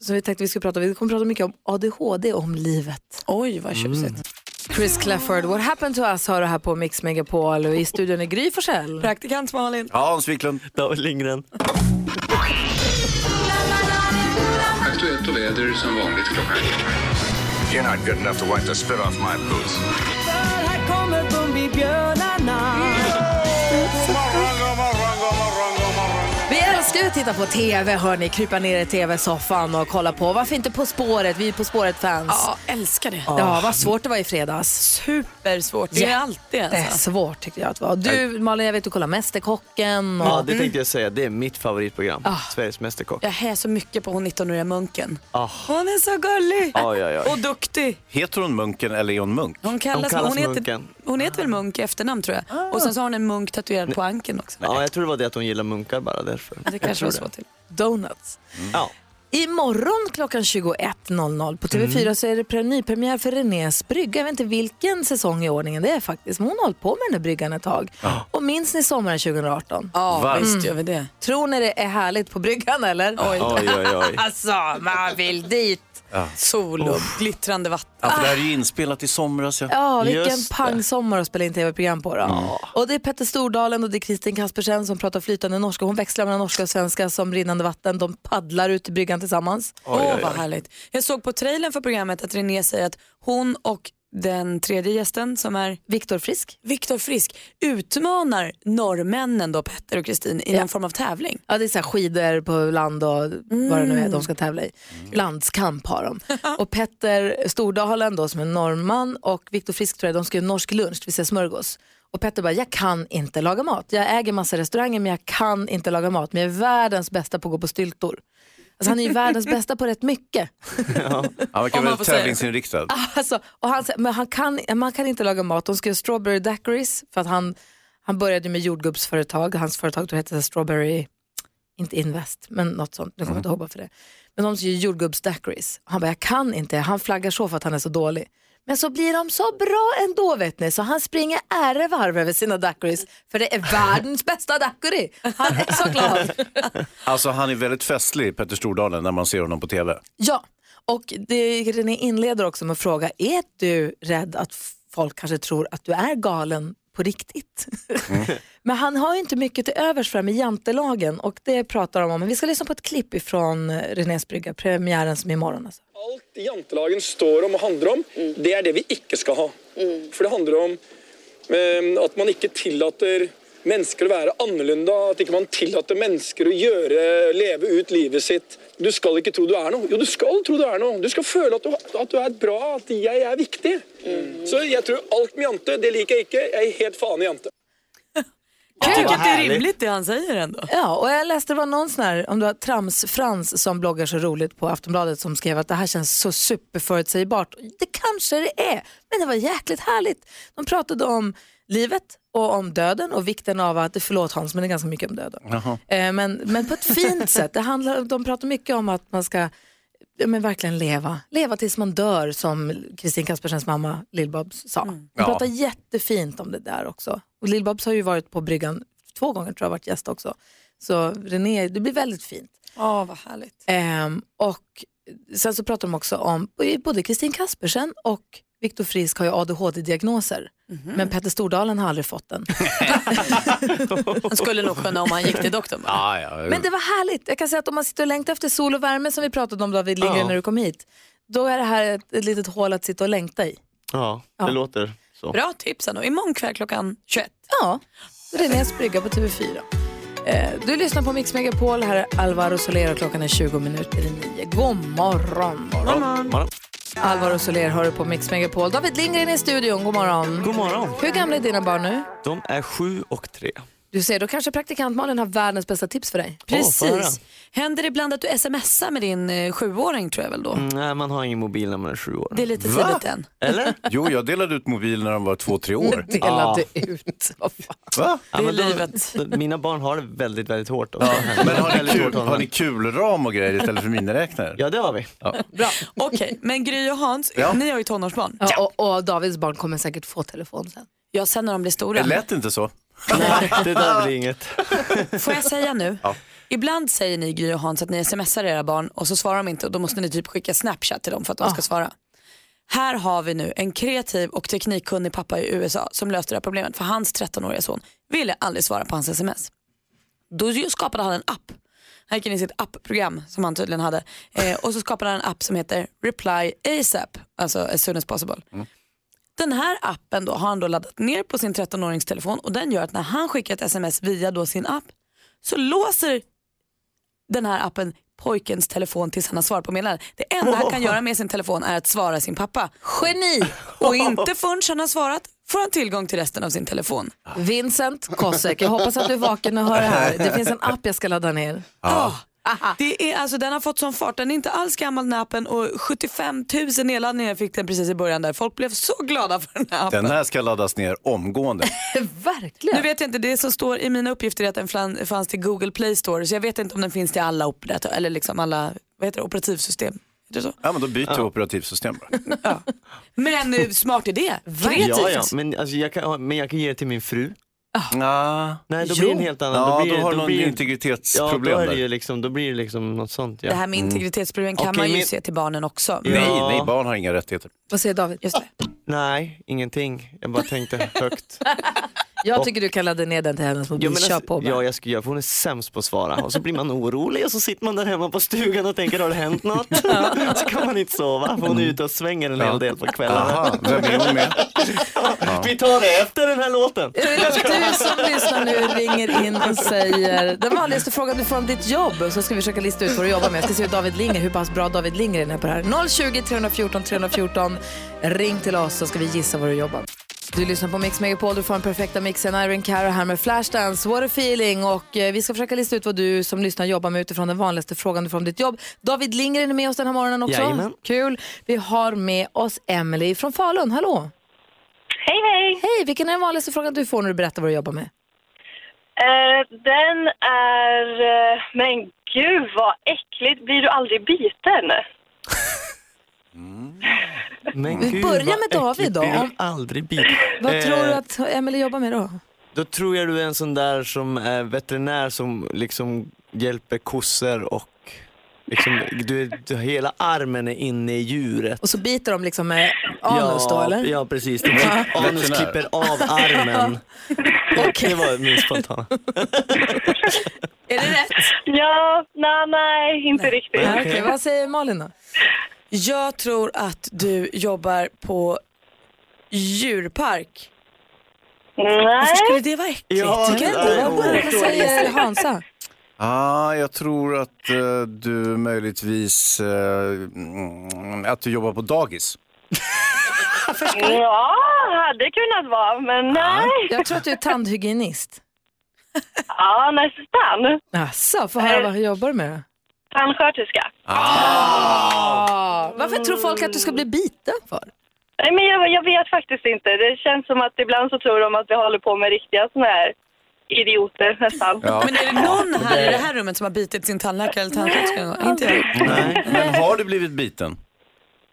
[SPEAKER 2] så vi tänkte vi skulle prata, vi kommer prata mycket om ADHD och om livet.
[SPEAKER 8] Oj, vad tjusigt.
[SPEAKER 15] Mm.
[SPEAKER 2] Chris Clafford, What happened to us har du här på Mix Megapol och i studion är Gry Forssell.
[SPEAKER 8] Praktikant Malin.
[SPEAKER 3] Ja, Hans Wiklund.
[SPEAKER 15] David Lindgren.
[SPEAKER 5] Aktuellt och väder som vanligt klockan You're not good enough to wipe the spit off my boots.
[SPEAKER 1] Här kommer Bumbibjörnarna.
[SPEAKER 2] Vi älskar ju att titta på tv, hörni. Krypa ner i tv-soffan och kolla på. Varför inte På spåret? Vi är På spåret-fans.
[SPEAKER 8] Ja, älskar det.
[SPEAKER 2] Ja, vad svårt det var i fredags.
[SPEAKER 8] Supersvårt. Det är alltid alltså.
[SPEAKER 2] Det är svårt tyckte jag att det var. Du Malin, jag vet du kollar Mästerkocken. Och...
[SPEAKER 15] Ja, det tänkte jag säga. Det är mitt favoritprogram. Sveriges Mästerkock.
[SPEAKER 8] Jag hör så mycket på hon 19-åriga munken.
[SPEAKER 15] Ah.
[SPEAKER 8] Hon är så gullig.
[SPEAKER 15] Oj, oj, oj.
[SPEAKER 8] Och duktig.
[SPEAKER 3] Heter hon Munken eller är hon Munk?
[SPEAKER 8] Hon kallas, hon heter,
[SPEAKER 15] Munken.
[SPEAKER 8] hon heter väl munk i efternamn tror jag. Och sen så har hon en munk tatuerad på ankeln också.
[SPEAKER 15] Ja, jag tror det var det att hon gillar munkar bara därför.
[SPEAKER 8] Det kanske var så till.
[SPEAKER 2] Donuts.
[SPEAKER 15] Ja.
[SPEAKER 2] Imorgon klockan 21.00 på TV4
[SPEAKER 1] Mm.
[SPEAKER 2] så är det pre- nypremiär för Renés brygga. Jag vet inte vilken säsong i ordningen det är faktiskt, men hon har hållit på med den här bryggan ett tag. Och minns ni sommaren 2018?
[SPEAKER 1] Ja, Varmt. visst gör vi
[SPEAKER 2] det. Tror ni det är härligt på bryggan eller?
[SPEAKER 1] Oj. Oj, oj, oj.
[SPEAKER 2] alltså, man vill dit.
[SPEAKER 3] Ja.
[SPEAKER 2] Sol
[SPEAKER 3] och
[SPEAKER 2] glittrande vatten.
[SPEAKER 3] Ja, för det här är ju inspelat i somras.
[SPEAKER 2] Ja, vilken
[SPEAKER 3] Just det.
[SPEAKER 2] pangsommar att spela in tv-program på då.
[SPEAKER 3] Ja.
[SPEAKER 2] Och det är Petter Stordalen och det är Kristin Kaspersen som pratar flytande norska. Hon växlar mellan norska och svenska som rinnande vatten. De paddlar ut i bryggan tillsammans.
[SPEAKER 1] Oj, oj,
[SPEAKER 8] Åh, vad härligt. Jag såg på trailern för programmet att René säger att hon och den tredje gästen som är
[SPEAKER 2] Viktor Frisk.
[SPEAKER 8] Viktor Frisk utmanar norrmännen då, Petter och Kristin, i någon form av tävling.
[SPEAKER 2] Ja, det är så här skidor på land och vad det nu är de ska tävla i. Landskamp har de. och Petter Stordalen då som är norrman och Viktor Frisk tror jag, de ska göra norsk lunch, vi säger smörgås. Och Petter bara, jag kan inte laga mat. Jag äger massa restauranger men jag kan inte laga mat. Men jag är världens bästa på att gå på styltor. Alltså han är ju världens bästa på rätt mycket.
[SPEAKER 3] Ja. Han verkar
[SPEAKER 2] Om man
[SPEAKER 3] väldigt
[SPEAKER 2] får säga det.
[SPEAKER 3] tävlingsinriktad.
[SPEAKER 2] Alltså, och han, säger, men han kan, man kan inte laga mat. De ska göra strawberry daiquiris för att han, han började med jordgubbsföretag. Hans företag då hette Strawberry, inte Invest, men något sånt. Nu kommer jag inte ihåg bara för det. Men de ska göra jordgubbsdaiquiris. Han bara, jag kan inte. Han flaggar så för att han är så dålig. Men så blir de så bra ändå vet ni, så han springer ärevarv över sina daiquiris för det är världens bästa daiquiri. Han är så glad.
[SPEAKER 3] Alltså han är väldigt festlig, Petter Stordalen, när man ser honom på tv.
[SPEAKER 2] Ja, och det, René inleder också med att fråga, är du rädd att folk kanske tror att du är galen på riktigt? Men han har ju inte mycket till övers för det här med jantelagen och det pratar de om. Men vi ska lyssna på ett klipp ifrån eh, Renés brygga, premiären som är imorgon. Alltså.
[SPEAKER 25] Alt jantelagen står om og handler om, det er det vi ikke skal ha. For det handler om eh, at man ikke tillater mennesker å være annerledes. At ikke man tillater mennesker å gjøre, leve ut livet sitt. Du skal ikke tro du er noe. Jo, du skal tro du er noe. Du skal føle at du, at du er bra, at jeg er viktig. Så jeg tror alt med jante, det liker jeg ikke. Jeg er helt faen i jante.
[SPEAKER 8] Jag tycker
[SPEAKER 25] vad
[SPEAKER 8] att det är
[SPEAKER 25] härligt.
[SPEAKER 8] rimligt det han säger ändå.
[SPEAKER 2] Ja, och jag läste det var någon sån här, om det var Trams-Frans som bloggar så roligt på Aftonbladet som skrev att det här känns så superförutsägbart. Det kanske det är, men det var jäkligt härligt. De pratade om livet och om döden och vikten av att, förlåt Hans, men det är ganska mycket om döden. Eh, Men, men på ett fint sätt. Det handlar, de pratar mycket om att man ska ja, men verkligen leva. Leva tills man dör, som Kristin Kaspersens mamma Lill-Babs sa.
[SPEAKER 8] Mm.
[SPEAKER 2] De
[SPEAKER 1] Ja.
[SPEAKER 2] pratar jättefint om det där också. Och Lill-Babs har ju varit på bryggan två gånger, tror jag, varit gäst också. Så René, det blir väldigt fint.
[SPEAKER 8] Ja, vad härligt.
[SPEAKER 2] Ehm, och sen så pratar de också om, både Kristin Kaspersen och Viktor Frisk har ju ADHD-diagnoser.
[SPEAKER 8] Mhm.
[SPEAKER 2] Men Petter Stordalen har aldrig fått den.
[SPEAKER 8] Han skulle nog kunna om han gick till doktorn.
[SPEAKER 3] Ja, ja.
[SPEAKER 2] Men det var härligt. Jag kan säga att om man sitter och längtar efter sol och värme som vi pratade om David Lindgren
[SPEAKER 15] Ja.
[SPEAKER 2] när du kom hit, då är det här ett, ett litet hål att sitta och längta i.
[SPEAKER 15] Ja, det låter så.
[SPEAKER 8] Bra tips ändå. Imorgon kväll klockan 21.
[SPEAKER 2] Ja, Renés brygga på TV4. Eh, du lyssnar på Mix Megapol, här är Alvaro Soler och klockan är 20 minuter i nio. God morgon! Alvaro Soler hör du på Mix Megapol. David Lindgren är i studion, god morgon.
[SPEAKER 15] God morgon.
[SPEAKER 2] Hur gamla är dina barn nu?
[SPEAKER 15] De är sju och tre.
[SPEAKER 2] Du ser, då kanske praktikant Malin har världens bästa tips för dig.
[SPEAKER 15] Precis. Åh, får jag höra?
[SPEAKER 8] Händer det ibland att du smsar med din eh, sjuåring tror jag väl då?
[SPEAKER 15] Mm, Nej, man har ingen mobil när man är sju år.
[SPEAKER 8] Det är lite
[SPEAKER 3] Va?
[SPEAKER 8] tidigt än.
[SPEAKER 15] Eller?
[SPEAKER 3] Jo, jag delade ut mobil när de var två, tre år.
[SPEAKER 15] Delade
[SPEAKER 2] ut.
[SPEAKER 3] Va?
[SPEAKER 15] Ja, men de- de- mina barn har det väldigt, väldigt hårt. också.
[SPEAKER 3] Men har ni,
[SPEAKER 15] Väldigt
[SPEAKER 3] kul,
[SPEAKER 15] hårt
[SPEAKER 3] har
[SPEAKER 15] hållande.
[SPEAKER 3] ni kulram och grejer istället för miniräknare?
[SPEAKER 15] Ja, det har vi.
[SPEAKER 8] Bra. Okej, men Gry och Hans,
[SPEAKER 3] Ja.
[SPEAKER 8] ni har ju tonårsbarn.
[SPEAKER 2] Ja, och, och Davids barn kommer säkert få telefon sen.
[SPEAKER 8] Ja, sen när de blir stora.
[SPEAKER 3] Det lät inte så.
[SPEAKER 15] det där blir inget.
[SPEAKER 8] Får jag säga nu?
[SPEAKER 3] Ja.
[SPEAKER 8] Ibland säger ni Gry och Hans att ni smsar era barn och så svarar de inte och då måste ni typ skicka snapchat till dem för att de ska svara. Här har vi nu en kreativ och teknikkunnig pappa i USA som löste det här problemet för hans 13-åriga son ville aldrig svara på hans sms. Då ju- skapade han en app. Han gick in i sitt appprogram som han tydligen hade eh, och så skapade han en app som heter Reply ASAP, alltså as soon as possible. Den här appen då har han då laddat ner på sin 13-årings telefon och den gör att när han skickar ett sms via då sin app så låser den här appen pojkens telefon tills han har svarat på meddelandet. Det enda han kan göra med sin telefon är att svara sin pappa.
[SPEAKER 2] Geni!
[SPEAKER 8] Och inte förrän han har svarat får han tillgång till resten av sin telefon.
[SPEAKER 2] Vincent Kosek, jag hoppas att du är vaken och hör det här. Det finns en app jag ska ladda ner. Ah,
[SPEAKER 8] Ja. Det är, alltså, den har fått sån fart, den är inte alls gammal den här appen och 75 000 nedladdningar fick den precis i början där. Folk blev så glada för den här appen.
[SPEAKER 3] Den här ska laddas ner omgående.
[SPEAKER 2] Verkligen.
[SPEAKER 8] Nu vet jag inte, det som står i mina uppgifter är att den flan- fanns till Google Play Store så jag vet inte om den finns till alla operatörer eller liksom alla
[SPEAKER 6] vad heter det, operativsystem. Heter det så?
[SPEAKER 3] Ja, men då byter vi operativsystem bara.
[SPEAKER 6] Men eh, smart idé, kreativt.
[SPEAKER 15] Ja, ja. Men, alltså, jag kan, men jag kan ge det till min fru. Nej, då blir det en helt annan.
[SPEAKER 3] Ja,
[SPEAKER 15] då, blir,
[SPEAKER 3] då har du någon
[SPEAKER 15] blir-
[SPEAKER 3] integritetsproblem
[SPEAKER 15] ja, då, är
[SPEAKER 3] där.
[SPEAKER 15] det ju liksom, då blir det liksom något sånt. Ja.
[SPEAKER 8] Det här med integritetsproblem kan
[SPEAKER 15] Okej,
[SPEAKER 8] man ju
[SPEAKER 15] men-
[SPEAKER 8] se till barnen också.
[SPEAKER 15] Ja.
[SPEAKER 3] barn har inga rättigheter.
[SPEAKER 1] Vad säger David?
[SPEAKER 8] Just det.
[SPEAKER 15] Nej, ingenting. Jag bara tänkte högt.
[SPEAKER 2] Jag tycker du kan ladda ner den till hennes mobil.
[SPEAKER 15] Ja, men
[SPEAKER 2] Kör
[SPEAKER 15] alltså,
[SPEAKER 2] på bara.
[SPEAKER 15] ja, jag ska göra för hon är sämst på att svara. Och så blir man orolig och så sitter man där hemma på stugan och tänker har det hänt något? Så kan man inte sova för hon är ute och svänger en hel del på kvällarna.
[SPEAKER 3] Vem är hon med?
[SPEAKER 15] Vi tar det efter den här låten.
[SPEAKER 2] Jag vill att du som lyssnar nu ringer in och säger den vanligaste frågan du får om ditt jobb. Så ska vi försöka lista ut vad du jobbar med. Jag ska se hur David Linger, hur pass bra David Linger är på det här. 020 314 314. Ring till oss så ska vi gissa vad du jobbar med. Du lyssnar på Mix Megapol, du får den perfekta mixen. Irene Cara här med Flashdance, What a feeling. Och eh, vi ska försöka lista ut vad du som lyssnar jobbar med utifrån den vanligaste frågan du får om ditt jobb. David Lindgren är med oss den här morgonen också.
[SPEAKER 15] Jajamän.
[SPEAKER 2] Kul. Vi har med oss Emily från Falun. Hallå!
[SPEAKER 9] Hej, hej!
[SPEAKER 2] Hej! Vilken är den vanligaste frågan du får när du berättar vad du jobbar med?
[SPEAKER 9] Eh, den är... eh, men gud vad äckligt! Blir du aldrig biten?
[SPEAKER 15] Men
[SPEAKER 2] Vi
[SPEAKER 15] gud,
[SPEAKER 2] börjar
[SPEAKER 15] vad
[SPEAKER 2] med David
[SPEAKER 15] äckligt.
[SPEAKER 2] då.
[SPEAKER 15] Det är
[SPEAKER 2] Om-
[SPEAKER 15] Aldrig bit.
[SPEAKER 2] Vad
[SPEAKER 15] Eh,
[SPEAKER 2] tror du att Emily jobbar med då?
[SPEAKER 15] Då tror jag du är en sån där som är veterinär som liksom hjälper kossor och liksom, du, du, hela armen är inne i djuret.
[SPEAKER 2] Och så biter de liksom med anus
[SPEAKER 15] ja,
[SPEAKER 2] då eller?
[SPEAKER 15] Ja precis, det var, anus
[SPEAKER 2] Veterinär.
[SPEAKER 15] klipper av armen.
[SPEAKER 2] Okej.
[SPEAKER 15] Det var min spontana.
[SPEAKER 2] Är det rätt?
[SPEAKER 9] Ja, nej, nej, inte riktigt.
[SPEAKER 8] Nej,
[SPEAKER 2] Okej, vad säger Malin då?
[SPEAKER 8] Jag tror att du jobbar på djurpark.
[SPEAKER 9] Nej.
[SPEAKER 8] Varför
[SPEAKER 2] Alltså,
[SPEAKER 8] skulle det vara äckligt?
[SPEAKER 9] Ja,
[SPEAKER 8] Tycker jag
[SPEAKER 3] nej,
[SPEAKER 8] inte. Vad
[SPEAKER 3] åh.
[SPEAKER 8] borde
[SPEAKER 2] Vad säger Hansa?
[SPEAKER 3] Ah, jag tror att eh, du möjligtvis, eh, mm, att du jobbar på dagis.
[SPEAKER 9] Ja, hade kunnat vara, men nej.
[SPEAKER 2] Jag tror att du är tandhygienist.
[SPEAKER 9] Ja, nästan. Eh.
[SPEAKER 2] Jaså, får höra vad du jobbar med då?
[SPEAKER 9] Tandsköterska.
[SPEAKER 2] Ah, Varför tror folk att du ska bli biten för?
[SPEAKER 9] Nej, men jag, jag vet faktiskt inte. Det känns som att ibland så tror de att vi håller på med riktiga såna här idioter nästan.
[SPEAKER 8] Men är det någon här i det här rummet som har bitit sin tandläkare eller tandsköterska? någon gång? Inte jag.
[SPEAKER 3] Nej. Men har du blivit biten?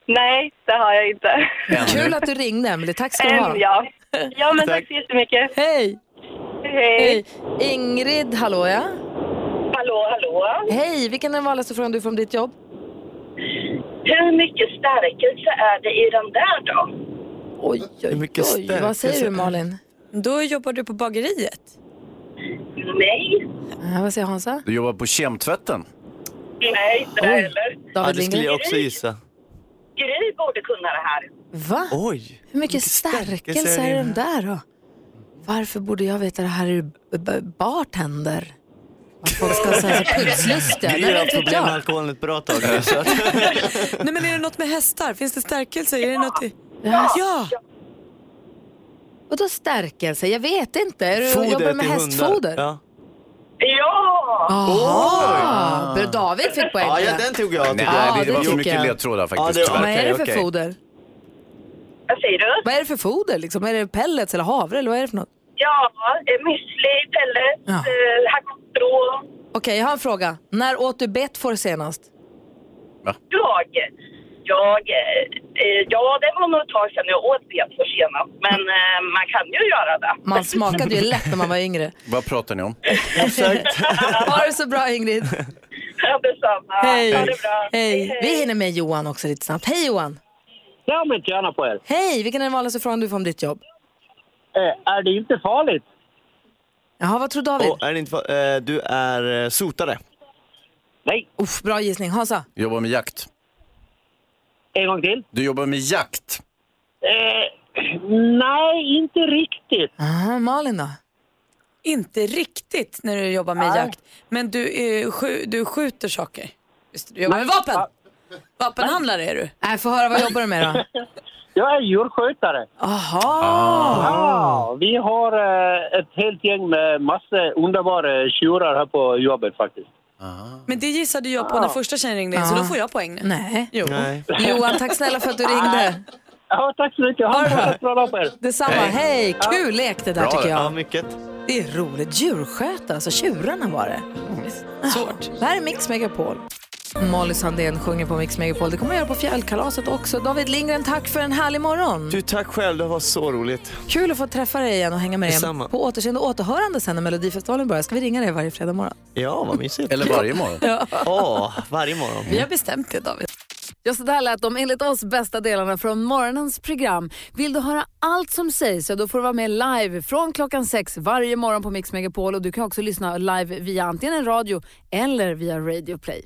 [SPEAKER 9] Nej, det har jag inte.
[SPEAKER 2] Kul att du ringde Emelie, tack ska du
[SPEAKER 9] Än,
[SPEAKER 2] ha.
[SPEAKER 9] ja. Ja, men tack så jättemycket.
[SPEAKER 2] Hej!
[SPEAKER 9] Hej.
[SPEAKER 2] Hej. Ingrid, hallå ja.
[SPEAKER 9] Hallå, hallå.
[SPEAKER 2] Hej, vilken är den vanligaste frågan du får om ditt jobb?
[SPEAKER 9] Hur mycket stärkelse är det i den där då?
[SPEAKER 2] Oj, oj, oj. Vad säger du Malin?
[SPEAKER 8] Då jobbar du på bageriet.
[SPEAKER 9] Nej.
[SPEAKER 2] Ja, vad säger Hansa?
[SPEAKER 3] Du jobbar på kemtvätten?
[SPEAKER 9] Nej, inte
[SPEAKER 2] Oj.
[SPEAKER 9] heller.
[SPEAKER 2] David
[SPEAKER 3] det skulle jag
[SPEAKER 2] Lindgren?
[SPEAKER 3] också gissa.
[SPEAKER 9] Gry borde kunna det här.
[SPEAKER 2] Va?
[SPEAKER 15] Oj!
[SPEAKER 2] Hur mycket stärkelse
[SPEAKER 15] är det
[SPEAKER 2] är
[SPEAKER 15] i
[SPEAKER 2] den där då? Varför borde jag veta det här är b- b- bartender? Att folk ska säga så putslustiga.
[SPEAKER 15] Vi har
[SPEAKER 2] Nej,
[SPEAKER 15] haft
[SPEAKER 2] inte vet
[SPEAKER 15] problem med
[SPEAKER 2] jag.
[SPEAKER 15] alkoholen ett bra tag nu. Så att...
[SPEAKER 8] Nej men är det något med hästar? Finns det stärkelse? Är det något i...
[SPEAKER 2] Ja.
[SPEAKER 8] ja.
[SPEAKER 2] Och då stärkelse? Jag vet inte. Är du
[SPEAKER 15] Foder
[SPEAKER 2] jobbar med
[SPEAKER 15] till hundar.
[SPEAKER 2] hästfoder?
[SPEAKER 15] Ja.
[SPEAKER 9] Ja!
[SPEAKER 2] Aha.
[SPEAKER 15] Oj.
[SPEAKER 2] Bra, David fick poäng.
[SPEAKER 15] Ja, ja, den tog jag.
[SPEAKER 3] Nej,
[SPEAKER 2] Ja,
[SPEAKER 3] det, var för
[SPEAKER 2] tycker
[SPEAKER 3] mycket
[SPEAKER 2] jag.
[SPEAKER 3] ledtrådar faktiskt.
[SPEAKER 15] Ja, det var-
[SPEAKER 2] Vad är det för
[SPEAKER 15] Okej, okej.
[SPEAKER 2] foder?
[SPEAKER 9] Vad säger du?
[SPEAKER 2] Vad är det för foder? Liksom? Är det pellets eller havre eller vad är det för något?
[SPEAKER 9] Ja, eh, müsli, pellets,
[SPEAKER 2] Ja.
[SPEAKER 9] eh, hackstrå.
[SPEAKER 2] Okej, jag har en fråga. När åt du betfor senast?
[SPEAKER 9] Jag, jag, eh, eh, ja det var nog ett tag sedan jag åt betfår senast, men eh, man kan ju göra det.
[SPEAKER 2] Man smakade ju lätt när man var yngre.
[SPEAKER 3] Vad pratar ni om?
[SPEAKER 2] Ha det så bra Ingrid.
[SPEAKER 9] Ja, detsamma.
[SPEAKER 2] Hej.
[SPEAKER 9] Ha det bra.
[SPEAKER 2] Hej. Vi hinner med Johan också lite snabbt. Hej Johan.
[SPEAKER 26] Ja, men tjena på er.
[SPEAKER 2] Hej, vilken är den vanligaste frågan du får om ditt jobb?
[SPEAKER 26] Eh, är det inte farligt?
[SPEAKER 2] Jaha, vad tror David?
[SPEAKER 15] Och är det inte, fa- eh, du är eh, sotare.
[SPEAKER 26] Nej.
[SPEAKER 2] Uff, bra gissning. Hansa?
[SPEAKER 3] Jobbar med jakt.
[SPEAKER 26] En gång till.
[SPEAKER 3] Du jobbar med jakt.
[SPEAKER 26] Eh, nej, inte riktigt.
[SPEAKER 2] Aha, Malin då?
[SPEAKER 8] Inte riktigt när du jobbar med jakt. Men du, är, skju- du skjuter saker. Just det, du jobbar med vapen. Vapenhandlare är du.
[SPEAKER 2] Nej, få höra, vad jobbar du med då?
[SPEAKER 26] Jag är djurskötare.
[SPEAKER 2] Aha.
[SPEAKER 26] Ja, vi har eh, ett helt gäng med massa underbara tjurar här på jobbet faktiskt.
[SPEAKER 8] Men det gissade jag på när första tjejen ringde in, så då får jag poäng nu.
[SPEAKER 2] Nej.
[SPEAKER 8] Jo.
[SPEAKER 26] Nej.
[SPEAKER 2] Johan, tack snälla för att du ringde.
[SPEAKER 26] Ja, tack så mycket. Ha en fortsatt bra dag på er.
[SPEAKER 2] Detsamma. Hej, kul lek det där
[SPEAKER 15] Bra,
[SPEAKER 2] tycker
[SPEAKER 15] Ja,
[SPEAKER 2] jag.
[SPEAKER 15] mycket.
[SPEAKER 2] Det
[SPEAKER 15] Mm.
[SPEAKER 2] Ah. är roligt. Djurskötare, alltså tjurarna var det. Svårt. Det här är Mix Megapol. Molly Sandén sjunger på Mix Megapol. Det kommer jag göra på fjällkalaset också. David Lindgren, tack för en härlig morgon.
[SPEAKER 15] Du, tack själv. Det var så roligt.
[SPEAKER 2] Kul att få träffa dig igen och hänga med dig igen.
[SPEAKER 15] Detsamma.
[SPEAKER 2] På återseende och återhörande sen när Melodifestivalen börjar. Ska vi ringa dig varje fredag morgon?
[SPEAKER 15] Ja, vad mysigt.
[SPEAKER 2] Eller varje morgon.
[SPEAKER 15] Ja, varje morgon.
[SPEAKER 2] Vi har bestämt det David.
[SPEAKER 1] Ja, så där lät de enligt oss bästa delarna från morgonens program. Vill du höra allt som sägs så då får du vara med live från klockan sex varje morgon på Mix Megapol. Och du kan också lyssna live via antingen en radio eller via Radio Play.